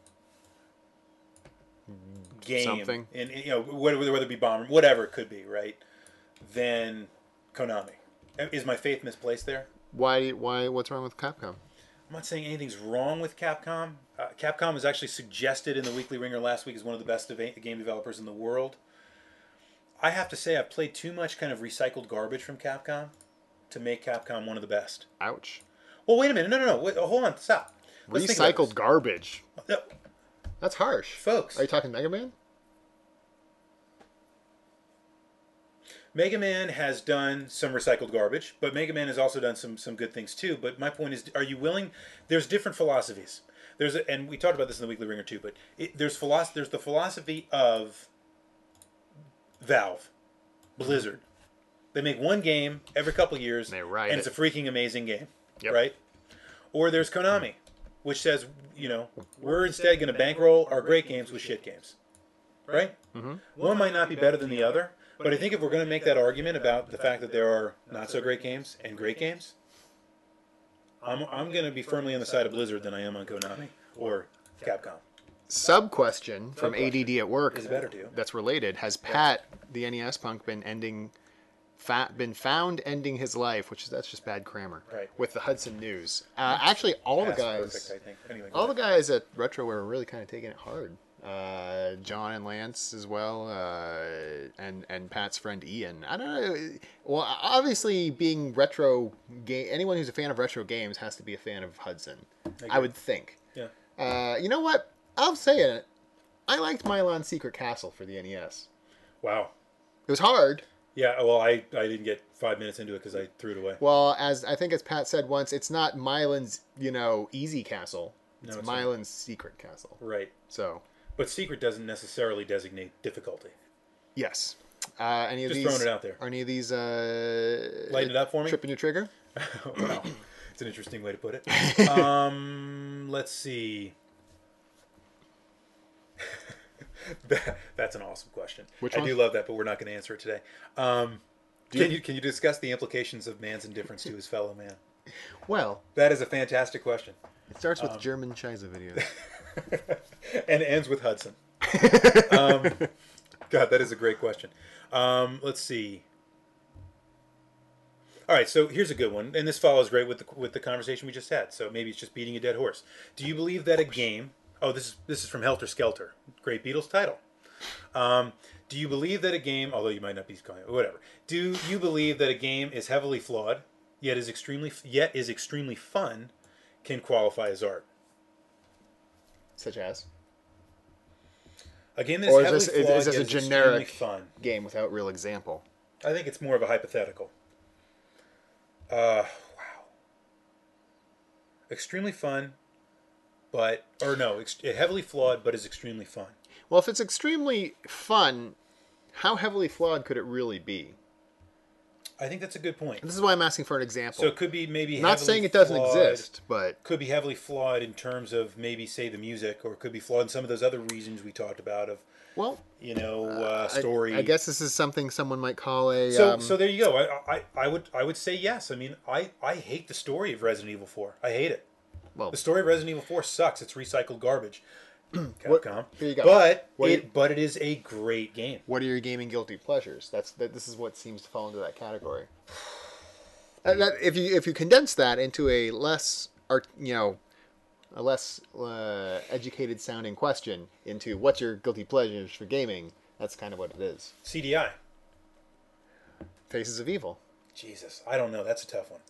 B: game,
A: Something.
B: and you know whether whether it be bomber, whatever it could be, right? Than Konami. Is my faith misplaced there?
A: Why? Why? What's wrong with Capcom?
B: I'm not saying anything's wrong with Capcom. Uh, Capcom was actually suggested in the Weekly Ringer last week as one of the best deva- game developers in the world. I have to say, I've played too much kind of recycled garbage from Capcom to make Capcom one of the best.
A: Ouch!
B: Well, wait a minute. No, no, no. Wait, oh, hold on. Stop. Let's think about
A: Recycled garbage.
B: this. No,
A: That's harsh,
B: folks.
A: Are you talking Mega Man?
B: Mega Man has done some recycled garbage, but Mega Man has also done some some good things too. But my point is, are you willing? There's different philosophies. There's a, and we talked about this in the Weekly Ringer too. But it, there's philosophy. There's the philosophy of Valve, Blizzard. They make one game every couple years,
A: They ride
B: and it's a
A: it.
B: freaking amazing game,
A: Yep.
B: right? Or there's Konami, which says, you know, we're instead going to bankroll our great games with shit games, right? One might not be better than the other, but I think if we're going to make that argument about the fact that there are not so great games and great games, I'm, I'm going to be firmly on the side of Blizzard than I am on Konami or Capcom.
A: Sub question from ADD at work
B: Is better to you.
A: that's related. Has Pat the NES punk been ending? Fa- been found ending his life, which is that's just bad grammar.
B: Right.
A: With the Hudson News, uh, actually, all the
B: That's
A: guys,
B: perfect, I think. Anyway, go
A: all the
B: ahead.
A: guys at Retro were really kind of taking it hard. Uh, John and Lance as well, uh, and and Pat's friend Ian. I don't know. Well, obviously, being retro, ga- anyone who's a fan of retro games has to be a fan of Hudson. I would think.
B: Yeah.
A: Uh, you know what? I'll say it. I liked Mylon's Secret Castle for the NES.
B: Wow.
A: It was hard.
B: Yeah. Well, I I didn't get five minutes into it because I threw it away.
A: Well, as I think as Pat said once, it's not Mylan's, you know, easy castle. It's,
B: it's not.
A: Mylan's secret castle.
B: Right.
A: So,
B: But secret doesn't necessarily designate difficulty.
A: yes. Uh, any of
B: Just
A: these?
B: throwing it out there.
A: Are any of these uh,
B: Lighten it up for me?
A: Tripping your trigger?
B: well, it's an interesting way to put it. Um, let's see. That- That's an awesome question.
A: Which
B: I
A: one?
B: do love that, but we're not going to answer it today. Um, can you can you discuss the implications of man's indifference to his fellow man?
A: Well,
B: That is a fantastic question,
A: it starts
B: Um,
A: with German Shiza videos.
B: and ends with Hudson. um, God, that is a great question. Um, let's see. All right, so here's a good one, and this follows great with the with the conversation we just had. So maybe it's just beating a dead horse. Do you believe that a game? Oh, this is this is from Helter Skelter, great Beatles title. Um, do you believe that a game? Although you might not be calling it whatever. Do you believe that a game is heavily flawed, yet is extremely yet is extremely fun, can qualify as art?
A: Such as
B: A game that
A: Or
B: is
A: is
B: heavily
A: this- is-
B: flawed
A: is this
B: yet
A: a
B: extremely
A: generic-
B: fun.
A: game without real example.
B: I think it's more of a hypothetical. Uh, wow. Extremely fun, but or no, ex- heavily flawed, but is extremely fun.
A: Well, if it's extremely fun, how heavily flawed could it really be?
B: I think that's a good point.
A: This is why I'm asking for an example.
B: So it could be maybe
A: Not
B: heavily
A: saying it doesn't
B: flawed-
A: exist, but
B: Could be heavily flawed in terms of maybe say the music, or it could be flawed in some of those other reasons we talked about of
A: well,
B: you know uh,
A: I-
B: story.
A: I, guess this is something someone might call a.
B: So,
A: um,
B: so there you go. I, I, I would I would say yes. I mean, I, I hate the story of Resident Evil Four. I hate it.
A: Well-
B: the story of Resident Evil Four sucks. It's recycled garbage. Capcom.
A: there you go.
B: But
A: What do
B: it
A: you-
B: but it is a great game.
A: what are your gaming guilty pleasures? That's that. This is what seems to fall into that category. That- that- if you if you condense that into a less art, you know, a less uh, educated sounding question into what's your guilty pleasures for gaming, that's kind of what it is.
B: CDI.
A: Faces of Evil,
B: Jesus, I don't know. That's a tough one.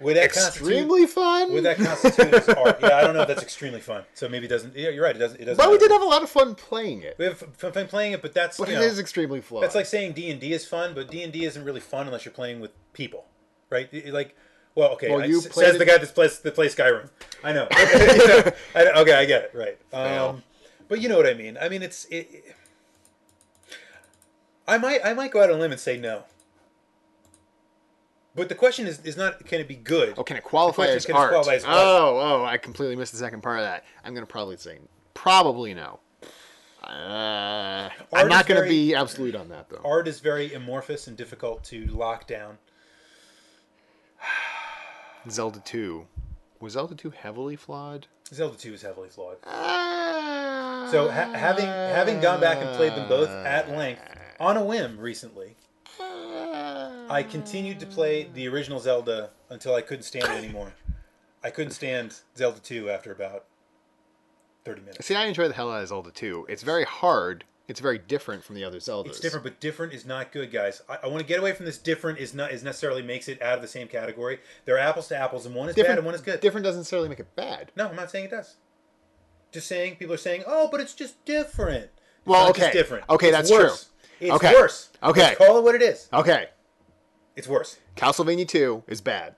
B: Would that constitute?
A: extremely fun.
B: Would that constitute as art? Yeah, I don't know if that's extremely fun. So maybe it doesn't. Yeah, you're right. It doesn't. It doesn't.
A: but we
B: matter.
A: did have a lot of fun playing it.
B: We have fun fun playing it, but that's
A: But
B: you
A: it
B: know,
A: is extremely flawed.
B: That's like saying D and D is fun, but D and D isn't really fun unless you're playing with people, right? Y- Like, well, okay,
A: Well,
B: I-
A: you
B: s-
A: played
B: says
A: it-
B: the guy that plays that plays Skyrim. I know. I know. okay, I get it. Right. Um,
A: Fail.
B: but you know what I mean. I mean, it's. It, I might I might go out on a limb and say no. But the question is is not can it be good?
A: oh, can it qualify
B: question
A: as
B: is, can it
A: art?
B: qualify as art?
A: Oh, oh, I completely missed the second part of that. I'm gonna probably say probably no. Uh,
B: Art
A: I'm
B: is
A: not gonna
B: very-
A: be absolute on that though.
B: Art is very amorphous and difficult to lock down.
A: Zelda 2. Was Zelda 2 heavily flawed? Uh,
B: Zelda Two is heavily flawed. So
A: So
B: ha- having having gone back and played them both at length on a whim recently, I continued to play the original Zelda until I couldn't stand it anymore. I couldn't stand Zelda 2 after about 30 minutes.
A: See, I enjoy the hell out of Zelda 2. It's very hard. It's very different from the other Zeldas.
B: It's different, but different is not good, guys. I, I want to get away from this. Different is not is necessarily makes it out of the same category. They're apples to apples, and one is bad and one is good.
A: Different doesn't necessarily make it bad.
B: No, I'm not saying it does. Just saying people are saying, "Oh, but it's just different." It's
A: Well,
B: not just
A: okay.
B: different.
A: Okay,
B: It's
A: that's
B: worse.
A: true.
B: It's
A: Okay.
B: worse.
A: Okay.
B: Let's call it what it is.
A: Okay,
B: It's worse.
A: Castlevania 2 is bad.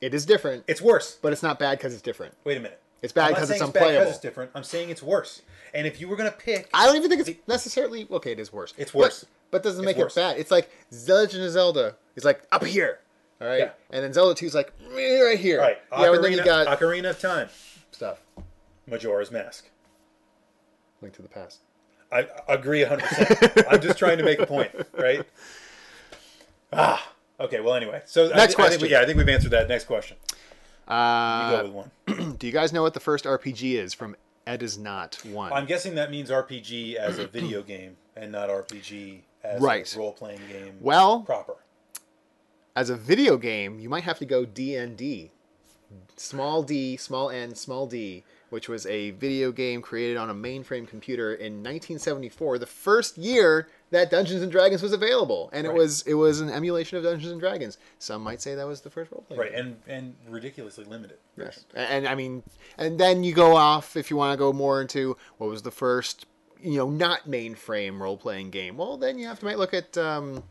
A: It is different,
B: It's worse.
A: but it's not bad because it's different.
B: Wait a minute.
A: It's bad
B: I'm not
A: 'cause
B: saying
A: it's
B: bad 'cause
A: unplayable.
B: it's different. I'm saying it's worse. And if you were gonna pick,
A: I don't even think it's necessarily okay. It is worse.
B: It's worse.
A: but, but it doesn't
B: It's
A: make
B: worse.
A: it bad. It's like Legend of Zelda is like up here, all right,
B: Yeah.
A: and then Zelda 2 is like meh, right here.
B: all right,
A: yeah, but then
B: Ocarina,
A: you got
B: Ocarina of Time,
A: stuff.
B: Majora's Mask.
A: Link to the past.
B: I, I agree 100. percent I'm just trying to make a point, right? Ah, okay. Well, anyway, so I,
A: Next
B: thi- I think we-
A: question.
B: yeah, I think we've answered that. Next question. You
A: Uh,
B: go with one.
A: do you guys know what the first RPG is from Ed is not one?
B: I'm guessing that means RPG as a video game and not RPG as
A: Right.
B: a role-playing game.
A: well,
B: proper.
A: as a video game, you might have to go D and D, small d, small n, small d, which was a video game created on a mainframe computer in 1974, the first year that Dungeons and Dragons was available, and
B: Right.
A: it was it was an emulation of Dungeons and Dragons. Some might say that was the first role playing.
B: Right, and and ridiculously limited.
A: Yes. And, and I mean, and then you go off if you want to go more into what was the first, you know, not mainframe role playing game. Well, then you have to might look at. Um,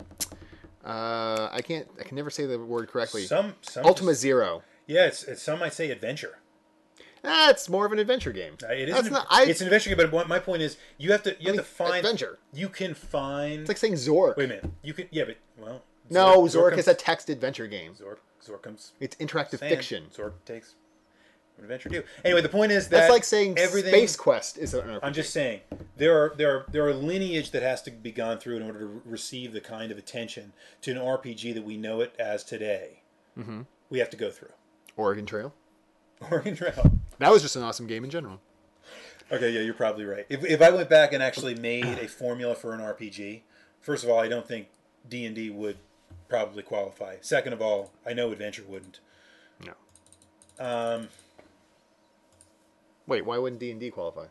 A: uh, I can't. I can never say the word correctly.
B: Some some
A: Ultima Zero.
B: Yeah, it's, it's some might say adventure.
A: That's more of an adventure game.
B: Uh, It is
A: That's
B: an,
A: not- I-
B: it's an adventure, but what my point is, you have to you have
A: mean,
B: to find
A: adventure.
B: You can find.
A: It's like saying Zork.
B: wait a minute. You can yeah, but well.
A: no, Zork, is
B: comes-
A: a text adventure game.
B: Zork. Zork comes.
A: It's interactive
B: sand.
A: fiction.
B: Zork takes an adventure too. Anyway, the point is that
A: That's like saying
B: everything.
A: Space Quest is an
B: I'm just saying there are there are there are lineage that has to be gone through in order to re- receive the kind of attention to an RPG that we know it as today. We have to go through
A: Oregon Trail.
B: Oregon Trail.
A: That was just an awesome game in general.
B: Okay, yeah, you're probably right. If, if I went back and actually made a formula for an RPG, first of all, I don't think D and D would probably qualify. Second of all, I know Adventure wouldn't.
A: No.
B: Um,
A: Wait, why wouldn't D and D qualify?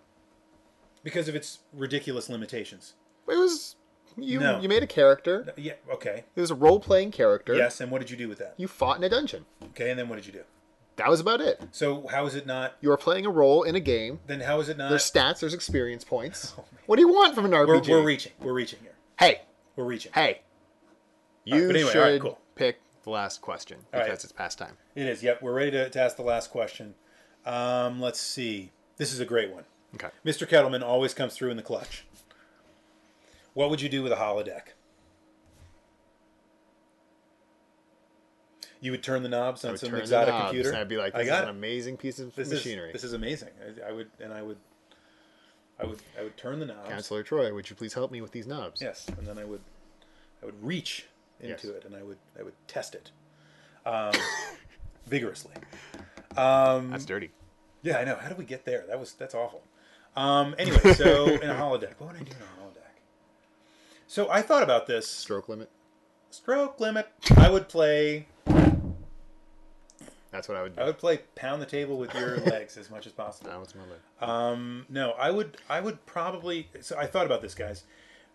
B: because of its ridiculous limitations.
A: It was you.
B: No.
A: You made a character.
B: Yeah, okay.
A: It was a role playing character.
B: Yes, and what did you do with that?
A: You fought in a dungeon.
B: Okay, and then what did you do?
A: That was about it.
B: So how is it not?
A: You were playing a role in a game.
B: Then how is it not?
A: There's stats, there's experience points. What do you want from an
B: Uh, Oh, We're,
A: RPG?
B: we're reaching. We're reaching here.
A: hey,
B: We're reaching.
A: hey. You
B: but anyway,
A: should
B: all right, cool.
A: pick the last question
B: All right.
A: because it's past time.
B: It is. Yep, we're ready to, to ask the last question. Um, let's see. This is a great one.
A: Okay.
B: Mr. Kettleman always comes through in the clutch. What would you do with a holodeck? You would turn the knobs on
A: would
B: some
A: turn the
B: exotic
A: knobs,
B: computer.
A: and I'd be like,
B: I
A: this is
B: got
A: an
B: it.
A: amazing piece of
B: this
A: machinery.
B: Is, this is amazing. I, I would, and I would, I would, I would turn the knobs.
A: Counselor Troy, would you please help me with these knobs?
B: Yes, and then I would, I would reach into
A: Yes.
B: it, and I would, I would test it, um, vigorously. Um,
A: That's dirty.
B: yeah, I know. How did we get there? That was that's awful. Um, anyway, so in a holodeck, what would I do in a holodeck? So I thought about this
A: Stroke limit.
B: stroke limit. I would play.
A: That's what I would do.
B: I would play pound the table with your legs as much as possible.
A: That was my limit.
B: Um, no, I would. I would probably. So I thought about this, guys,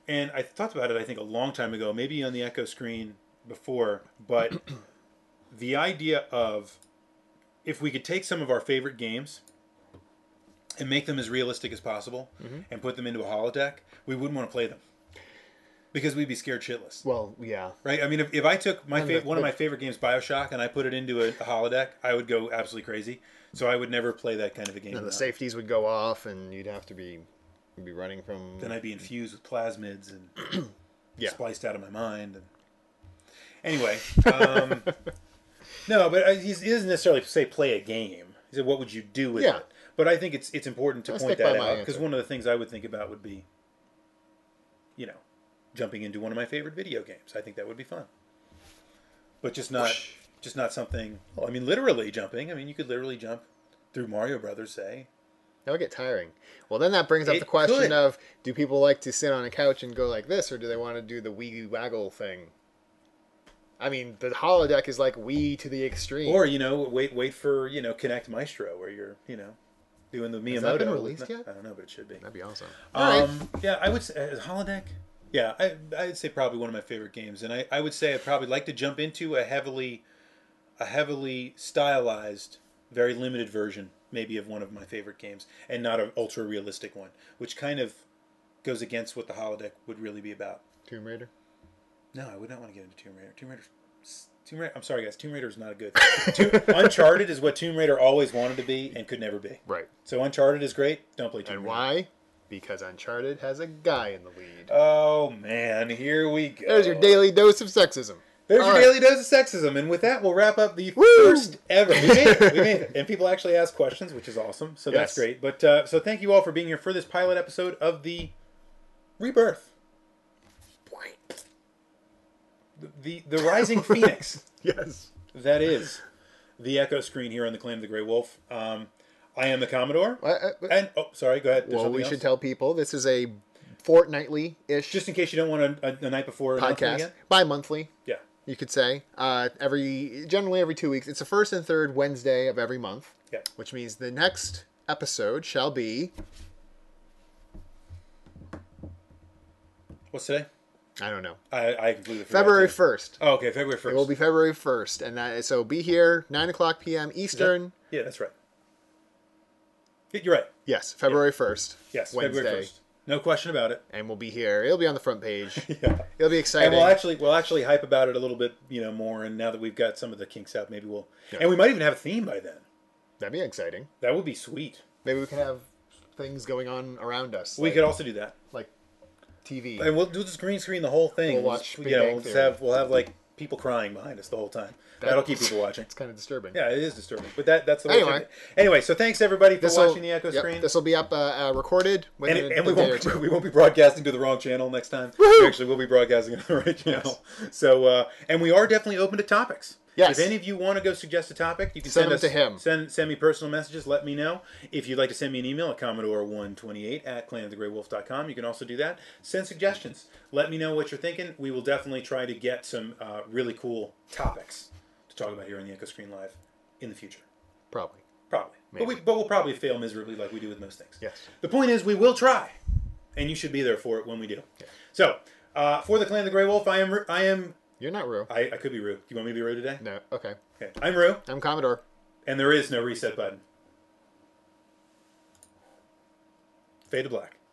B: and I thought about it. I think a long time ago, maybe on the Echo screen before, but the idea of if we could take some of our favorite games and make them as realistic as possible and put them into a holodeck, we wouldn't want to play them because we'd be scared shitless.
A: Well, yeah.
B: Right. I mean, if, if I took my
A: the-
B: fav- one of my favorite games, Bioshock, and I put it into a, a holodeck, I would go absolutely crazy. So I would never play that kind of a game.
A: And the
B: without-
A: safeties would go off, and you'd have to be, you'd be running from.
B: Then I'd be infused with plasmids and
A: Mm-hmm. Yeah.
B: spliced out of my mind. And anyway, um, no, but I, he's, he doesn't necessarily say play a game. He said, "What would you do with
A: Yeah.
B: it?" But I think it's it's important to
A: I'll
B: point
A: stick by
B: that
A: my
B: out because
A: answer.
B: one of the things I would think about would be, you know, jumping into one of my favorite video games. I think that would be fun, but just not just not something. Well, I mean, literally jumping. I mean, you could literally jump through Mario Brothers, say.
A: That would get tiring. Well, then that brings up
B: It
A: the question
B: could.
A: of do people like to sit on a couch and go like this, or do they want to do the wee waggle thing? I mean, the holodeck is like wee to the extreme.
B: Or you know, wait, wait for you know, Connect Maestro, where you're you know, doing the Miyamoto.
A: that been released yet?
B: I don't know, but it should be.
A: That'd be awesome. All right.
B: Um, yeah, I would say uh, holodeck. Yeah, I, I'd say probably one of my favorite games, and I, I would say I'd probably like to jump into a heavily, a heavily stylized, very limited version, maybe of one of my favorite games, and not an ultra realistic one, which kind of goes against what the holodeck would really be about.
A: Tomb Raider.
B: No, I would not want to get into Tomb Raider. Tomb Raider. Tomb Raider. I'm sorry, guys. Tomb Raider is not a good. Tomb, Uncharted is what Tomb Raider always wanted to be and could never be.
A: Right.
B: So Uncharted is great. Don't play Tomb
A: And
B: Raider.
A: why? Because Uncharted has a guy in the lead.
B: Oh man, here we go.
A: There's your daily dose of sexism.
B: There's
A: All
B: your
A: right.
B: daily dose of sexism, and with that, we'll wrap up the
A: Woo!
B: first ever. We made it. We made it. And people actually ask questions, which is awesome. So that's
A: Yes.
B: great. But uh, so thank you all for being here for this pilot episode of the Rebirth, the the, the Rising Phoenix.
A: Yes.
B: That is the echo screen here on the Clan of the Grey Wolf. Um, I am the Commodore.
A: Uh, uh, uh,
B: And oh, sorry, go ahead. There's
A: well,
B: something
A: we
B: else?
A: should tell people this is a fortnightly ish
B: just in case you don't want a, a, the night before announcement
A: podcast,
B: Again.
A: bi monthly.
B: Yeah,
A: you could say uh, every generally every two weeks it's the first and third wednesday of every month
B: yeah.
A: which means the next episode shall be
B: What's today?
A: I don't know.
B: I, I completely forgot.
A: February
B: to-
A: 1st.
B: Oh, okay, February first.
A: It will be February 1st. And that, so be here, 9 o'clock p.m. Eastern.
B: Yeah, that's right. Yeah, You're right.
A: Yes, February 1st.
B: Yes,
A: Wednesday.
B: February first. No question about it.
A: And we'll be here. It'll be on the front page.
B: Yeah.
A: It'll be
B: And
A: exciting.
B: we'll actually we'll actually hype about it a little bit, you know, more. And now that we've got some of the kinks out, maybe we'll and we might even have a theme by then.
A: That'd be exciting.
B: That would be sweet.
A: Maybe we could have things going on around us.
B: We
A: like,
B: could also do that,
A: like TV.
B: and we'll, we'll just green screen the whole thing.
A: We'll watch
B: just,
A: Big
B: you know,
A: Bang
B: we'll just
A: Theory.
B: have we'll have like people crying behind us the whole time.
A: That-
B: That'll keep people watching.
A: It's kind of disturbing.
B: Yeah, it is disturbing, but that that's the way. it's
A: Anyway.
B: happening. anyway, so thanks everybody for
A: This'll-
B: watching the Echo
A: yep,
B: Screen.
A: This will be up uh, uh, recorded
B: and,
A: within
B: it-
A: a-
B: and
A: a
B: we
A: day or
B: won't
A: two.
B: be, we won't be broadcasting to the wrong channel next time. We actually will be broadcasting to the right channel. So uh, and we are definitely open to topics.
A: Yes.
B: If any of you want to go suggest a topic, you can
A: Send
B: send,
A: them
B: us
A: to him.
B: Send send me personal messages. Let me know if you'd like to send me an email at commodore128 at clanofthegreywolf.com. You can also do that. Send suggestions. Let me know what you're thinking. We will definitely try to get some uh, really cool topics to talk about here on the Echo Screen Live in the future.
A: Probably.
B: Probably. But, we, but we'll probably fail miserably like we do with most things.
A: Yes.
B: The point is, we will try, and you should be there for it when we do. So, uh, for the Clan of the Grey Wolf, I am Ru- I am
A: You're not Rue.
B: I, I could be Rue. Do you want me to be Rue today?
A: No. Okay.
B: Okay. I'm Rue,
A: I'm Commodore.
B: and there is no reset button. Fade to black.